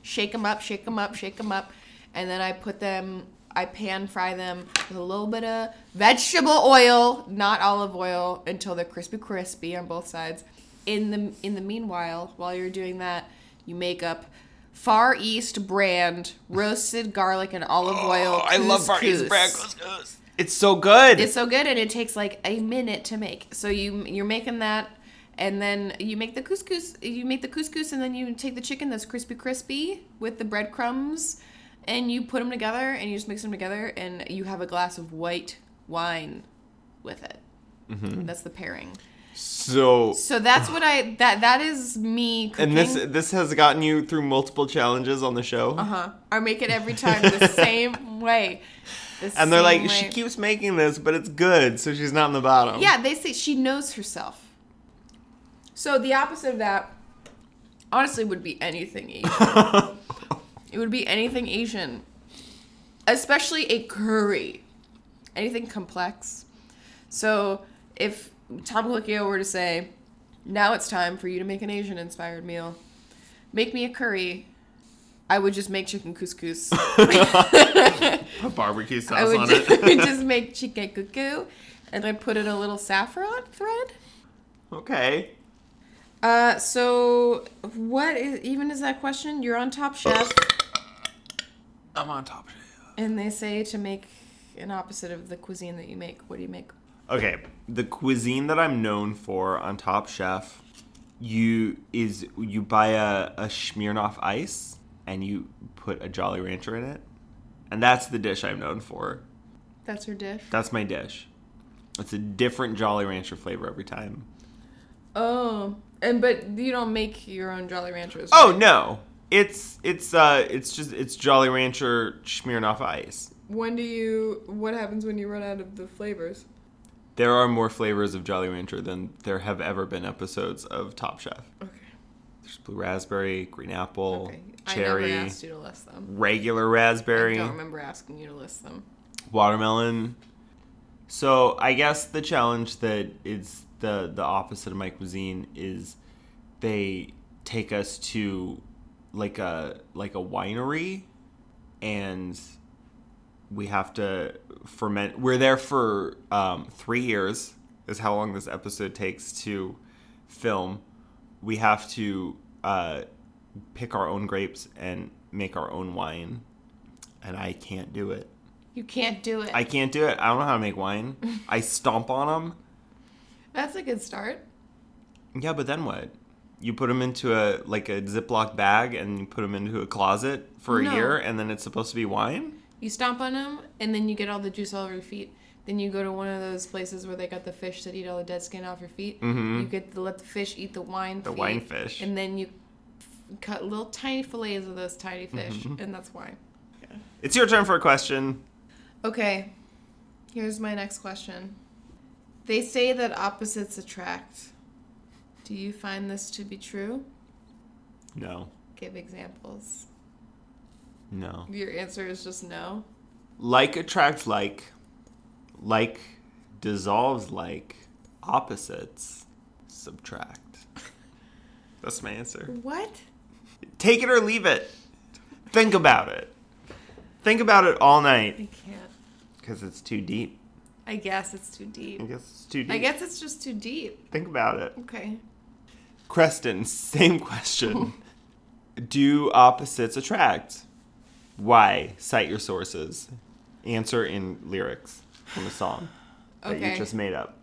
Speaker 1: Shake them up, shake them up, shake them up, and then I put them. I pan fry them with a little bit of vegetable oil, not olive oil, until they're crispy, crispy on both sides. In the in the meanwhile, while you're doing that, you make up Far East brand roasted garlic and olive oil.
Speaker 2: Oh,
Speaker 1: couscous.
Speaker 2: It's so good.
Speaker 1: It's so good, and it takes like a minute to make. So you you're making that, and then you make the couscous. You make the couscous, and then you take the chicken that's crispy, crispy with the breadcrumbs, and you put them together and you just mix them together and you have a glass of white wine with it.
Speaker 2: Mm-hmm.
Speaker 1: That's the pairing.
Speaker 2: So
Speaker 1: So that's what I that that is me cooking.
Speaker 2: and this this has gotten you through multiple challenges on the show.
Speaker 1: uh-huh. I make it every time the same way. The
Speaker 2: And they're like,
Speaker 1: same
Speaker 2: she
Speaker 1: way.
Speaker 2: keeps making this, but it's good, so she's not in the bottom.
Speaker 1: Yeah, they say she knows herself. So the opposite of that, honestly, would be anything Asian. it would be anything Asian, especially a curry, anything complex. So if Tom Colicchio were to say, "Now it's time for you to make an Asian-inspired meal," make me a curry. I would just make chicken couscous.
Speaker 2: Put barbecue
Speaker 1: I
Speaker 2: sauce
Speaker 1: would
Speaker 2: on
Speaker 1: just,
Speaker 2: it.
Speaker 1: just make chicken cuckoo, and I put in a little saffron thread.
Speaker 2: okay.
Speaker 1: Uh, so what is even is that question? You're on Top Chef,
Speaker 2: I'm on top of it.
Speaker 1: and they say to make an opposite of the cuisine that you make. What do you make?
Speaker 2: Okay, the cuisine that I'm known for on Top Chef, you is you buy a, a Smirnoff Ice and you put a Jolly Rancher in it, and that's the dish I'm known for.
Speaker 1: That's your dish.
Speaker 2: That's my dish. It's a different Jolly Rancher flavor every time.
Speaker 1: Oh, and but you don't make your own Jolly Ranchers.
Speaker 2: Oh no, it's it's uh it's just it's Jolly Rancher Smirnoff Ice.
Speaker 1: When do you? What happens when you run out of the flavors?
Speaker 2: There are more flavors of Jolly Rancher than there have ever been episodes of Top Chef.
Speaker 1: Okay.
Speaker 2: There's blue raspberry, green apple,
Speaker 1: Okay.
Speaker 2: cherry.
Speaker 1: I never asked you to list them.
Speaker 2: regular
Speaker 1: I
Speaker 2: raspberry,
Speaker 1: don't remember asking you to list them.
Speaker 2: watermelon. So I guess the challenge that is the the opposite of my cuisine is they take us to like a like a winery and we have to ferment we're there for um, three years is how long this episode takes to film we have to uh, pick our own grapes and make our own wine and i can't do it
Speaker 1: You can't do it.
Speaker 2: I can't do it. I don't know how to make wine. I stomp on
Speaker 1: That's a good start.
Speaker 2: them. Yeah, but then what? You put them into a like a Ziploc bag and you put them into a closet for a
Speaker 1: No.
Speaker 2: year, and then it's supposed to be wine.
Speaker 1: You stomp on them, and then you get all the juice all over your feet. Then you go to one of those places where they got the fish that eat all the dead skin off your feet. You get to let the fish eat the wine.
Speaker 2: Mm-hmm. The
Speaker 1: feet,
Speaker 2: wine fish.
Speaker 1: And then you f- cut little tiny fillets of those tiny
Speaker 2: Mm-hmm.
Speaker 1: fish, and that's wine.
Speaker 2: It's your turn for a question.
Speaker 1: Okay, here's my next question. They say that opposites attract. Do you find this to be true?
Speaker 2: No,
Speaker 1: Give examples.
Speaker 2: no.
Speaker 1: Your answer is just no.
Speaker 2: Like attracts like, like dissolves like, opposites subtract. That's my answer.
Speaker 1: What?
Speaker 2: Take it or leave it. Think about it. Think about it all night
Speaker 1: I can't.
Speaker 2: because it's too deep.
Speaker 1: I guess it's too
Speaker 2: I
Speaker 1: deep.
Speaker 2: guess it's too deep.
Speaker 1: I guess it's just too deep.
Speaker 2: Think about it.
Speaker 1: Okay.
Speaker 2: Creston, same question. Do opposites attract? Why? Cite your sources. Answer in lyrics from a song that
Speaker 1: Okay.
Speaker 2: you just made up.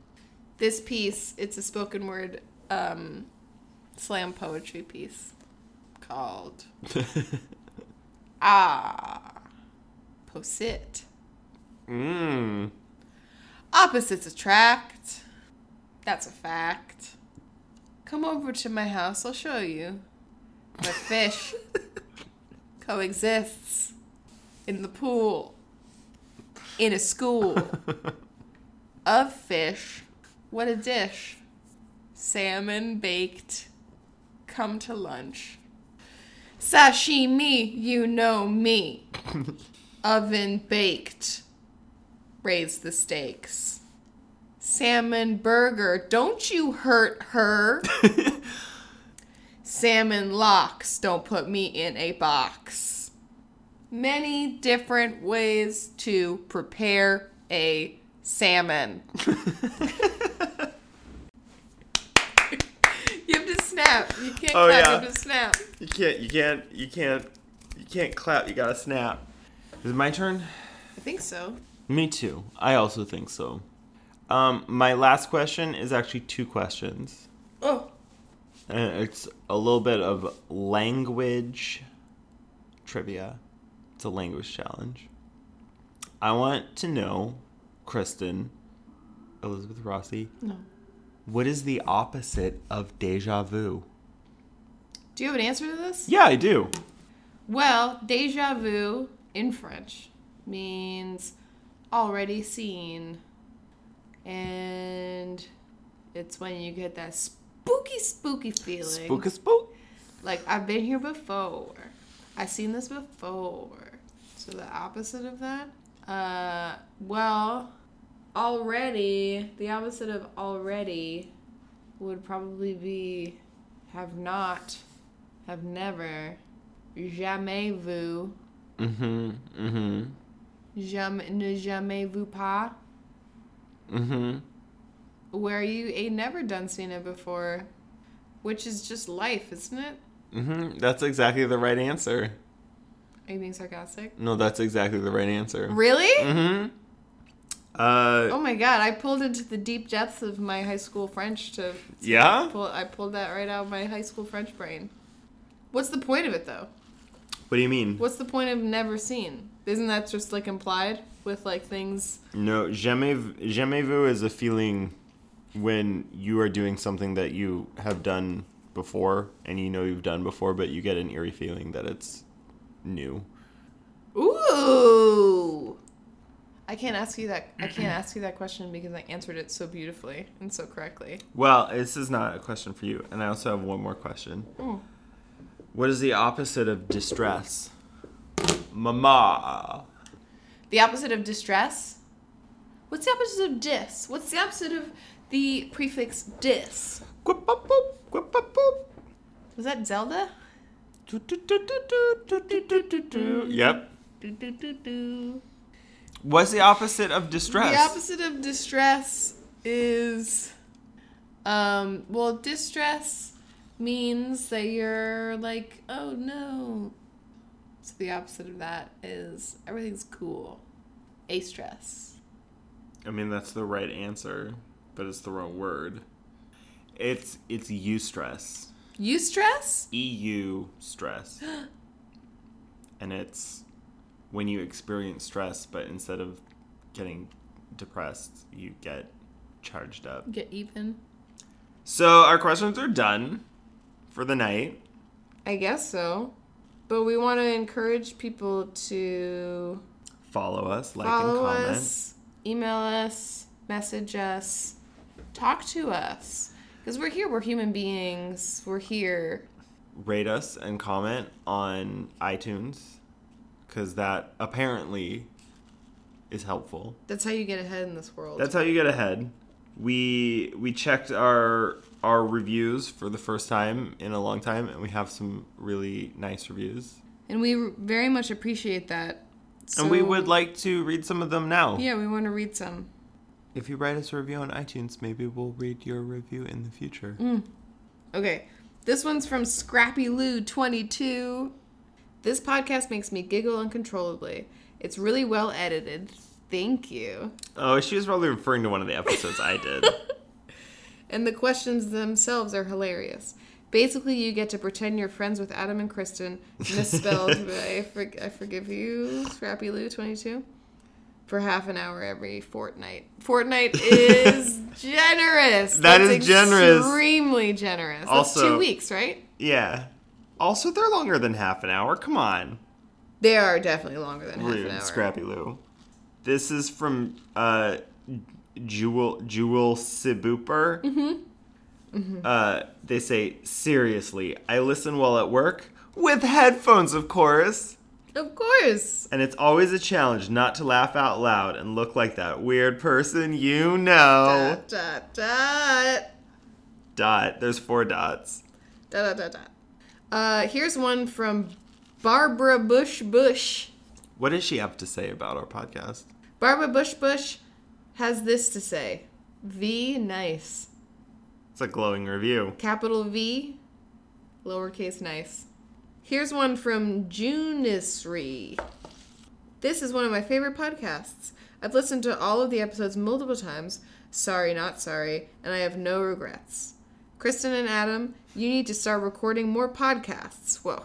Speaker 1: This piece, it's a spoken word um, slam poetry piece called Ah Posit.
Speaker 2: Mmm.
Speaker 1: Opposites attract. That's a fact. Come over to my house, I'll show you. The fish coexists in the pool, in a school of fish. What a dish! Salmon baked. Come to lunch. Sashimi, you know me. Oven baked raise the stakes. Salmon burger, don't you hurt her. Salmon locks, don't put me in a box. Many different ways to prepare a salmon. you have to snap. You can't
Speaker 2: Oh,
Speaker 1: clap,
Speaker 2: yeah.
Speaker 1: you have to snap.
Speaker 2: You can't. You can't. You can't. You can't clap. You gotta snap. Is it my turn?
Speaker 1: I think so.
Speaker 2: Me too. I also think so. Um, my last question is actually two questions.
Speaker 1: Oh,
Speaker 2: Uh, And it's a little bit of language trivia. It's a language challenge. I want to know, Kristen, Elizabeth Rossi,
Speaker 1: No.
Speaker 2: what is the opposite of deja vu?
Speaker 1: Do you have an answer to this?
Speaker 2: Yeah, I do.
Speaker 1: Well, deja vu in French means already seen. And it's when you get that spooky, spooky feeling.
Speaker 2: Spook a spook.
Speaker 1: Like, I've been here before. I've seen this before. So, the opposite of that? Uh, well, already, the opposite of already would probably be have not, have never, jamais vu,
Speaker 2: Mm-hmm. Mm-hmm.
Speaker 1: jamais, ne jamais vu pas,
Speaker 2: Mm-hmm.
Speaker 1: where you ain't never done seen it before, which is just life, isn't it?
Speaker 2: Mm-hmm. That's exactly the right answer.
Speaker 1: Are you being sarcastic?
Speaker 2: No, that's exactly the right answer.
Speaker 1: Really?
Speaker 2: Mm-hmm. Uh,
Speaker 1: Oh my god, I pulled into the deep depths of my high school French to
Speaker 2: yeah?
Speaker 1: pull I pulled that right out of my high school French brain. What's the point of it though?
Speaker 2: What do you mean?
Speaker 1: What's the point of never seen? Isn't that just like implied with like things
Speaker 2: No, jamais, v- jamais vu is a feeling when you are doing something that you have done before and you know you've done before, but you get an eerie feeling that it's new.
Speaker 1: Ooh I can't ask you that I can't ask you that question because I answered it so beautifully and so correctly.
Speaker 2: Well, this is not a question for you, and I also have one more question.
Speaker 1: Mm.
Speaker 2: What is the opposite of distress? Mama.
Speaker 1: The opposite of distress? What's the opposite of dis? What's the opposite of the prefix dis?
Speaker 2: Quip, boop, boop, quip, boop, boop.
Speaker 1: Was that Zelda?
Speaker 2: Do, do, do, do, do, do, do, do, do. Yep.
Speaker 1: Do, do, do, do.
Speaker 2: What's the opposite of distress?
Speaker 1: The opposite of distress is, um, well, distress means that you're like, oh no. So the opposite of that is everything's cool. A stress.
Speaker 2: I mean, that's the right answer, but it's the wrong word. It's it's eustress. stress.
Speaker 1: You stress?
Speaker 2: EU stress. and it's when you experience stress, but instead of getting depressed, you get charged up.
Speaker 1: Get even.
Speaker 2: So our questions are done for the night.
Speaker 1: I guess so. But we want to encourage people to
Speaker 2: Follow us, like
Speaker 1: follow
Speaker 2: and comment.
Speaker 1: us, email us, message us, talk to us. Because we're here, we're human beings, we're here.
Speaker 2: Rate us and comment on iTunes because that apparently is helpful.
Speaker 1: That's how you get ahead in this world.
Speaker 2: That's how you get ahead. We we checked our our reviews for the first time in a long time, and we have some really nice reviews.
Speaker 1: and we r- very much appreciate that. So,
Speaker 2: and we would like to read some of them now.
Speaker 1: Yeah, we want to read some.
Speaker 2: If you write us a review on iTunes, maybe we'll read your review in the future.
Speaker 1: Mm. Okay. This one's from Scrappy Lou 22. This podcast makes me giggle uncontrollably. It's really well edited. Thank you.
Speaker 2: Oh, she was probably referring to one of the episodes I did.
Speaker 1: And the questions themselves are hilarious. Basically, you get to pretend you're friends with Adam and Kristen, misspelled by I, for, I forgive you, Scrappy Lou 22, for half an hour every fortnight. Fortnight is generous.
Speaker 2: That is generous.
Speaker 1: Extremely generous. That's
Speaker 2: Also-
Speaker 1: two weeks, right?
Speaker 2: Yeah. Also, they're longer than half an hour. Come on.
Speaker 1: They are definitely longer than half an
Speaker 2: Rude,
Speaker 1: hour.
Speaker 2: Scrappy Lou. This is from uh, Jewel Jewel Sibuper. Mm-hmm.
Speaker 1: Mm-hmm.
Speaker 2: Uh, they say seriously. I listen while at work with headphones, of course.
Speaker 1: Of course.
Speaker 2: And it's always a challenge not to laugh out loud and look like that weird person you know.
Speaker 1: Dot, dot, dot.
Speaker 2: Dot. There's four dots.
Speaker 1: Dot, dot, dot, dot. Uh, here's one from Barbara Bush Bush.
Speaker 2: What does she have to say about our podcast?
Speaker 1: Barbara Bush Bush has this to say V nice.
Speaker 2: It's a glowing review.
Speaker 1: Capital V, lowercase nice. Here's one from Junisri. This is one of my favorite podcasts. I've listened to all of the episodes multiple times. Sorry, not sorry, and I have no regrets. Kristen and Adam, you need to start recording more podcasts. Whoa.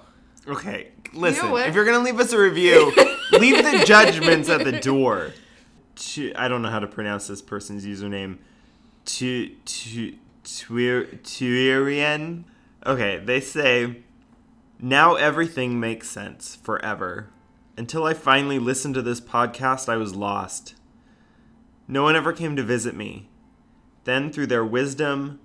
Speaker 2: Okay, listen.
Speaker 1: what?
Speaker 2: if you're gonna leave us a review, leave the judgments at the door. Tu- I don't know how to pronounce this person's username. Tu tu tuir- Tuirian. Okay, they say now everything makes sense forever. Until I finally listened to this podcast, I was lost. No one ever came to visit me. Then, through their wisdom,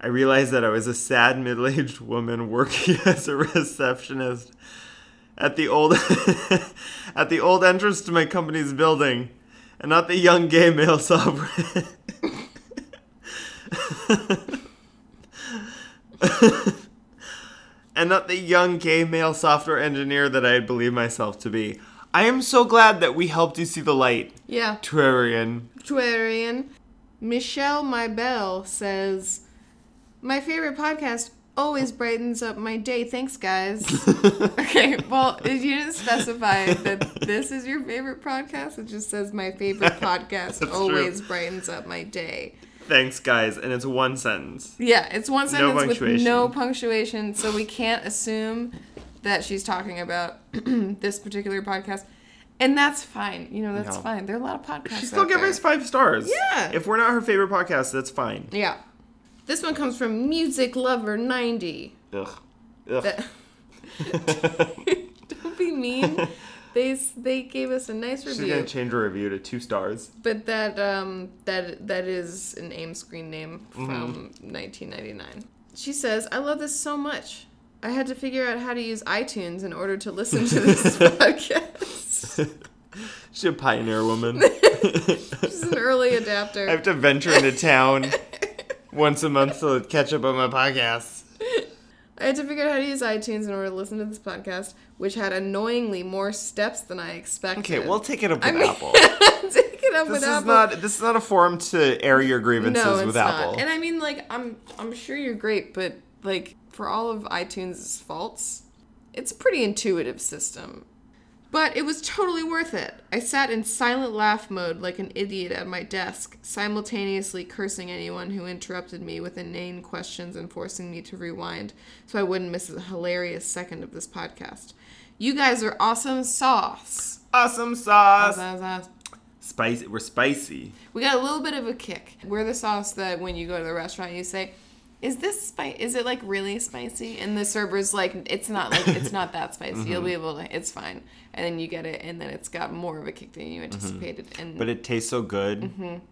Speaker 2: I realized that I was a sad middle aged woman working as a receptionist at the old at the old entrance to my company's building and not the young gay male sovereign. and not the young gay male software engineer that I had believed myself to be. I am so glad that we helped you see the light,
Speaker 1: Yeah.
Speaker 2: Terrarian.
Speaker 1: Twiterian. Michelle Mybell says, My favorite podcast always brightens up my day. Thanks, guys. okay, well, if you didn't specify that this is your favorite podcast. It just says, My favorite podcast
Speaker 2: true.
Speaker 1: always brightens up my day.
Speaker 2: Thanks, guys, and it's one sentence.
Speaker 1: Yeah, it's one sentence with
Speaker 2: punctuation.
Speaker 1: no punctuation, so we can't assume that she's talking about this particular podcast. And that's fine. You know, that's
Speaker 2: No.
Speaker 1: fine. There are a lot of podcasts.
Speaker 2: She still
Speaker 1: out
Speaker 2: gave
Speaker 1: there.
Speaker 2: us five stars.
Speaker 1: Yeah.
Speaker 2: If we're not her favorite podcast, that's fine.
Speaker 1: Yeah. This one comes from Music Lover 90.
Speaker 2: Ugh. Ugh.
Speaker 1: That- Don't be mean. They s- they gave us a nice
Speaker 2: She's gonna
Speaker 1: review,
Speaker 2: change her review to two stars.
Speaker 1: but that um that that is an AIM screen name
Speaker 2: Mm-hmm.
Speaker 1: from 1999. She says, "I love this so much. I had to figure out how to use iTunes in order to listen to this podcast."
Speaker 2: She's a pioneer woman.
Speaker 1: She's an early adapter.
Speaker 2: I have to venture into town once a month to catch up on my podcasts.
Speaker 1: I had to figure out how to use iTunes in order to listen to this podcast, which had annoyingly more steps than I expected.
Speaker 2: Okay, we'll take it up with
Speaker 1: I mean,
Speaker 2: Apple.
Speaker 1: take it up
Speaker 2: This
Speaker 1: with
Speaker 2: is
Speaker 1: Apple.
Speaker 2: not this is not a forum to air your grievances
Speaker 1: no, it's
Speaker 2: with
Speaker 1: not.
Speaker 2: Apple.
Speaker 1: And I mean, like, I'm I'm sure you're great, but like for all of iTunes' faults, it's a pretty intuitive system. But it was totally worth it. I sat in silent laugh mode like an idiot at my desk, simultaneously cursing anyone who interrupted me with inane questions and forcing me to rewind so I wouldn't miss a hilarious second of this podcast. You guys are awesome sauce.
Speaker 2: awesome sauce.
Speaker 1: Sauce.
Speaker 2: Spicy. We're spicy.
Speaker 1: We got a little bit of a kick. We're the sauce that when you go to the restaurant, you say, "Is this spice? Is it like really spicy?" And the server's like, "It's not like it's not that spicy. You'll
Speaker 2: Mm-hmm.
Speaker 1: be able to. It's fine." And then you get it, and then it's got more of a kick than you anticipated. And
Speaker 2: Mm-hmm. But it tastes so good. And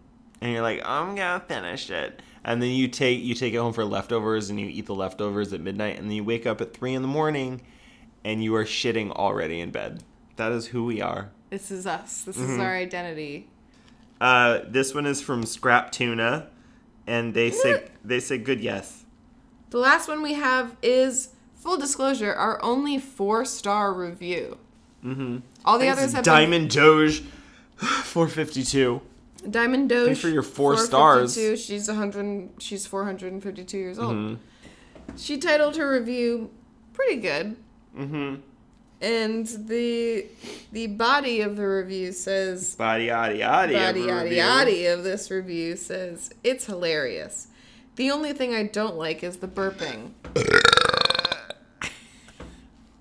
Speaker 2: you're like, I'm gonna finish it. And then you take you take it home for leftovers, and you eat the leftovers at midnight, and then you wake up at three in the morning, and you are shitting already in bed. That is who we are.
Speaker 1: this is us. This
Speaker 2: Mm-hmm.
Speaker 1: is our identity.
Speaker 2: Uh, this one is from Scrap Tuna, and they say they say good yes.
Speaker 1: The last one we have is full disclosure: our only four-star review. Mm-hmm. All the others have been
Speaker 2: Diamond Doge, four fifty two.
Speaker 1: Diamond Doge.
Speaker 2: for your four stars.
Speaker 1: 452. She's 100. She's 452 years old.
Speaker 2: Mm-hmm.
Speaker 1: She titled her review pretty good. Mm-hmm. And the the body of the review says
Speaker 2: Body, yaddy, yaddy.
Speaker 1: body yaddy
Speaker 2: review.
Speaker 1: yaddy of this review says it's hilarious. The only thing I don't like is the burping.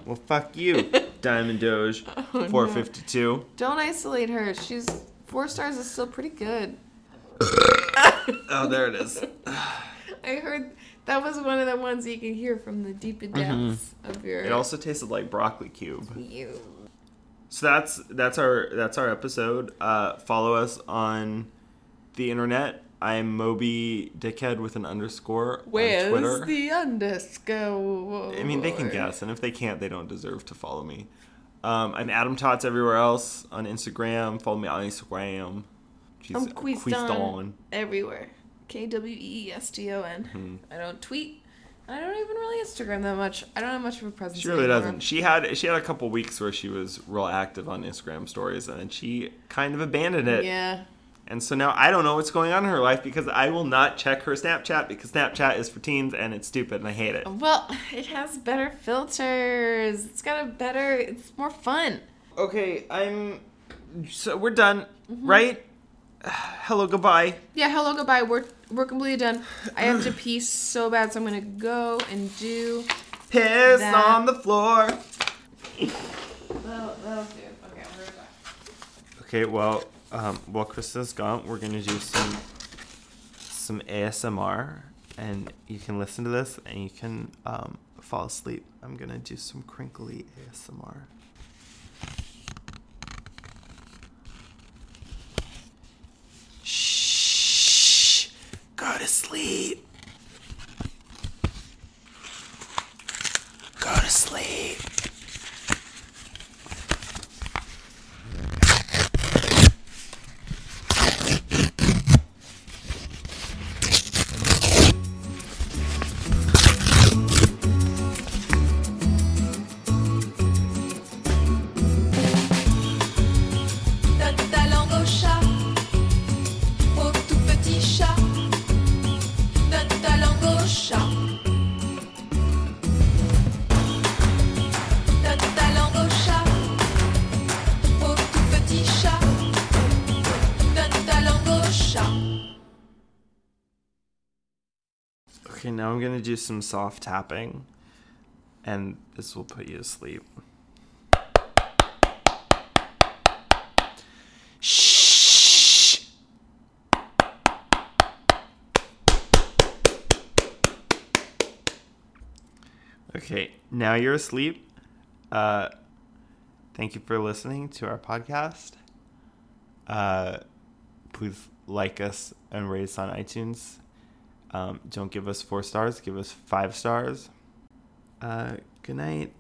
Speaker 2: Well, fuck you, Diamond Doge, four fifty two.
Speaker 1: Don't isolate her. She's four stars is still pretty good.
Speaker 2: Oh, there it is.
Speaker 1: I heard that was one of the ones you can hear from the deep depths of your
Speaker 2: Mm-hmm. It also tasted like broccoli cube.
Speaker 1: you.
Speaker 2: So that's that's our that's our episode. Uh, follow us on the internet. I'm Moby Dickhead with an underscore
Speaker 1: Where's
Speaker 2: on Twitter.
Speaker 1: the underscore?
Speaker 2: I mean, they can guess, and if they can't, they don't deserve to follow me. Um, I'm Adam Tots everywhere else on Instagram. Follow me on Instagram. Jeez,
Speaker 1: I'm
Speaker 2: Queeston.
Speaker 1: Queeston everywhere. K W E E S T O
Speaker 2: Mm-hmm.
Speaker 1: N. I don't tweet. I don't even really Instagram that much. I don't have much of a presence.
Speaker 2: She really
Speaker 1: anymore.
Speaker 2: doesn't. She had she had a couple weeks where she was real active on Instagram stories, and then she kind of abandoned it.
Speaker 1: Yeah.
Speaker 2: And so now I don't know what's going on in her life because I will not check her Snapchat because Snapchat is for teens and it's stupid and I hate it.
Speaker 1: Well, it has better filters. It's got a better. It's more fun.
Speaker 2: Okay, I'm. So we're done, right? Hello, goodbye.
Speaker 1: Yeah. Hello. Goodbye. We're we're completely done. I have to pee so bad, so I'm gonna go and do
Speaker 2: Piss
Speaker 4: That-
Speaker 2: on the floor.
Speaker 4: That'll, that'll do. Okay, I'm right back.
Speaker 2: Okay, well, um, while Krista's gone, we're gonna do some some ASMR, and you can listen to this, and you can um, fall asleep. I'm gonna do some crinkly ASMR. Shh, go to sleep. Go to sleep.
Speaker 5: Donne ta langue au chat, au tout petit chat. Donne ta langue au chat. Donne ta langue au chat, au tout petit chat. Donne ta langue au chat.
Speaker 2: Okay, now I'm gonna do some soft tapping, and this will put you to sleep. Shh. Okay, now you're asleep. Uh, thank you for listening to our podcast. Uh, please like us and rate us on iTunes. Um, don't give us four stars. Give us five stars. Uh, good night.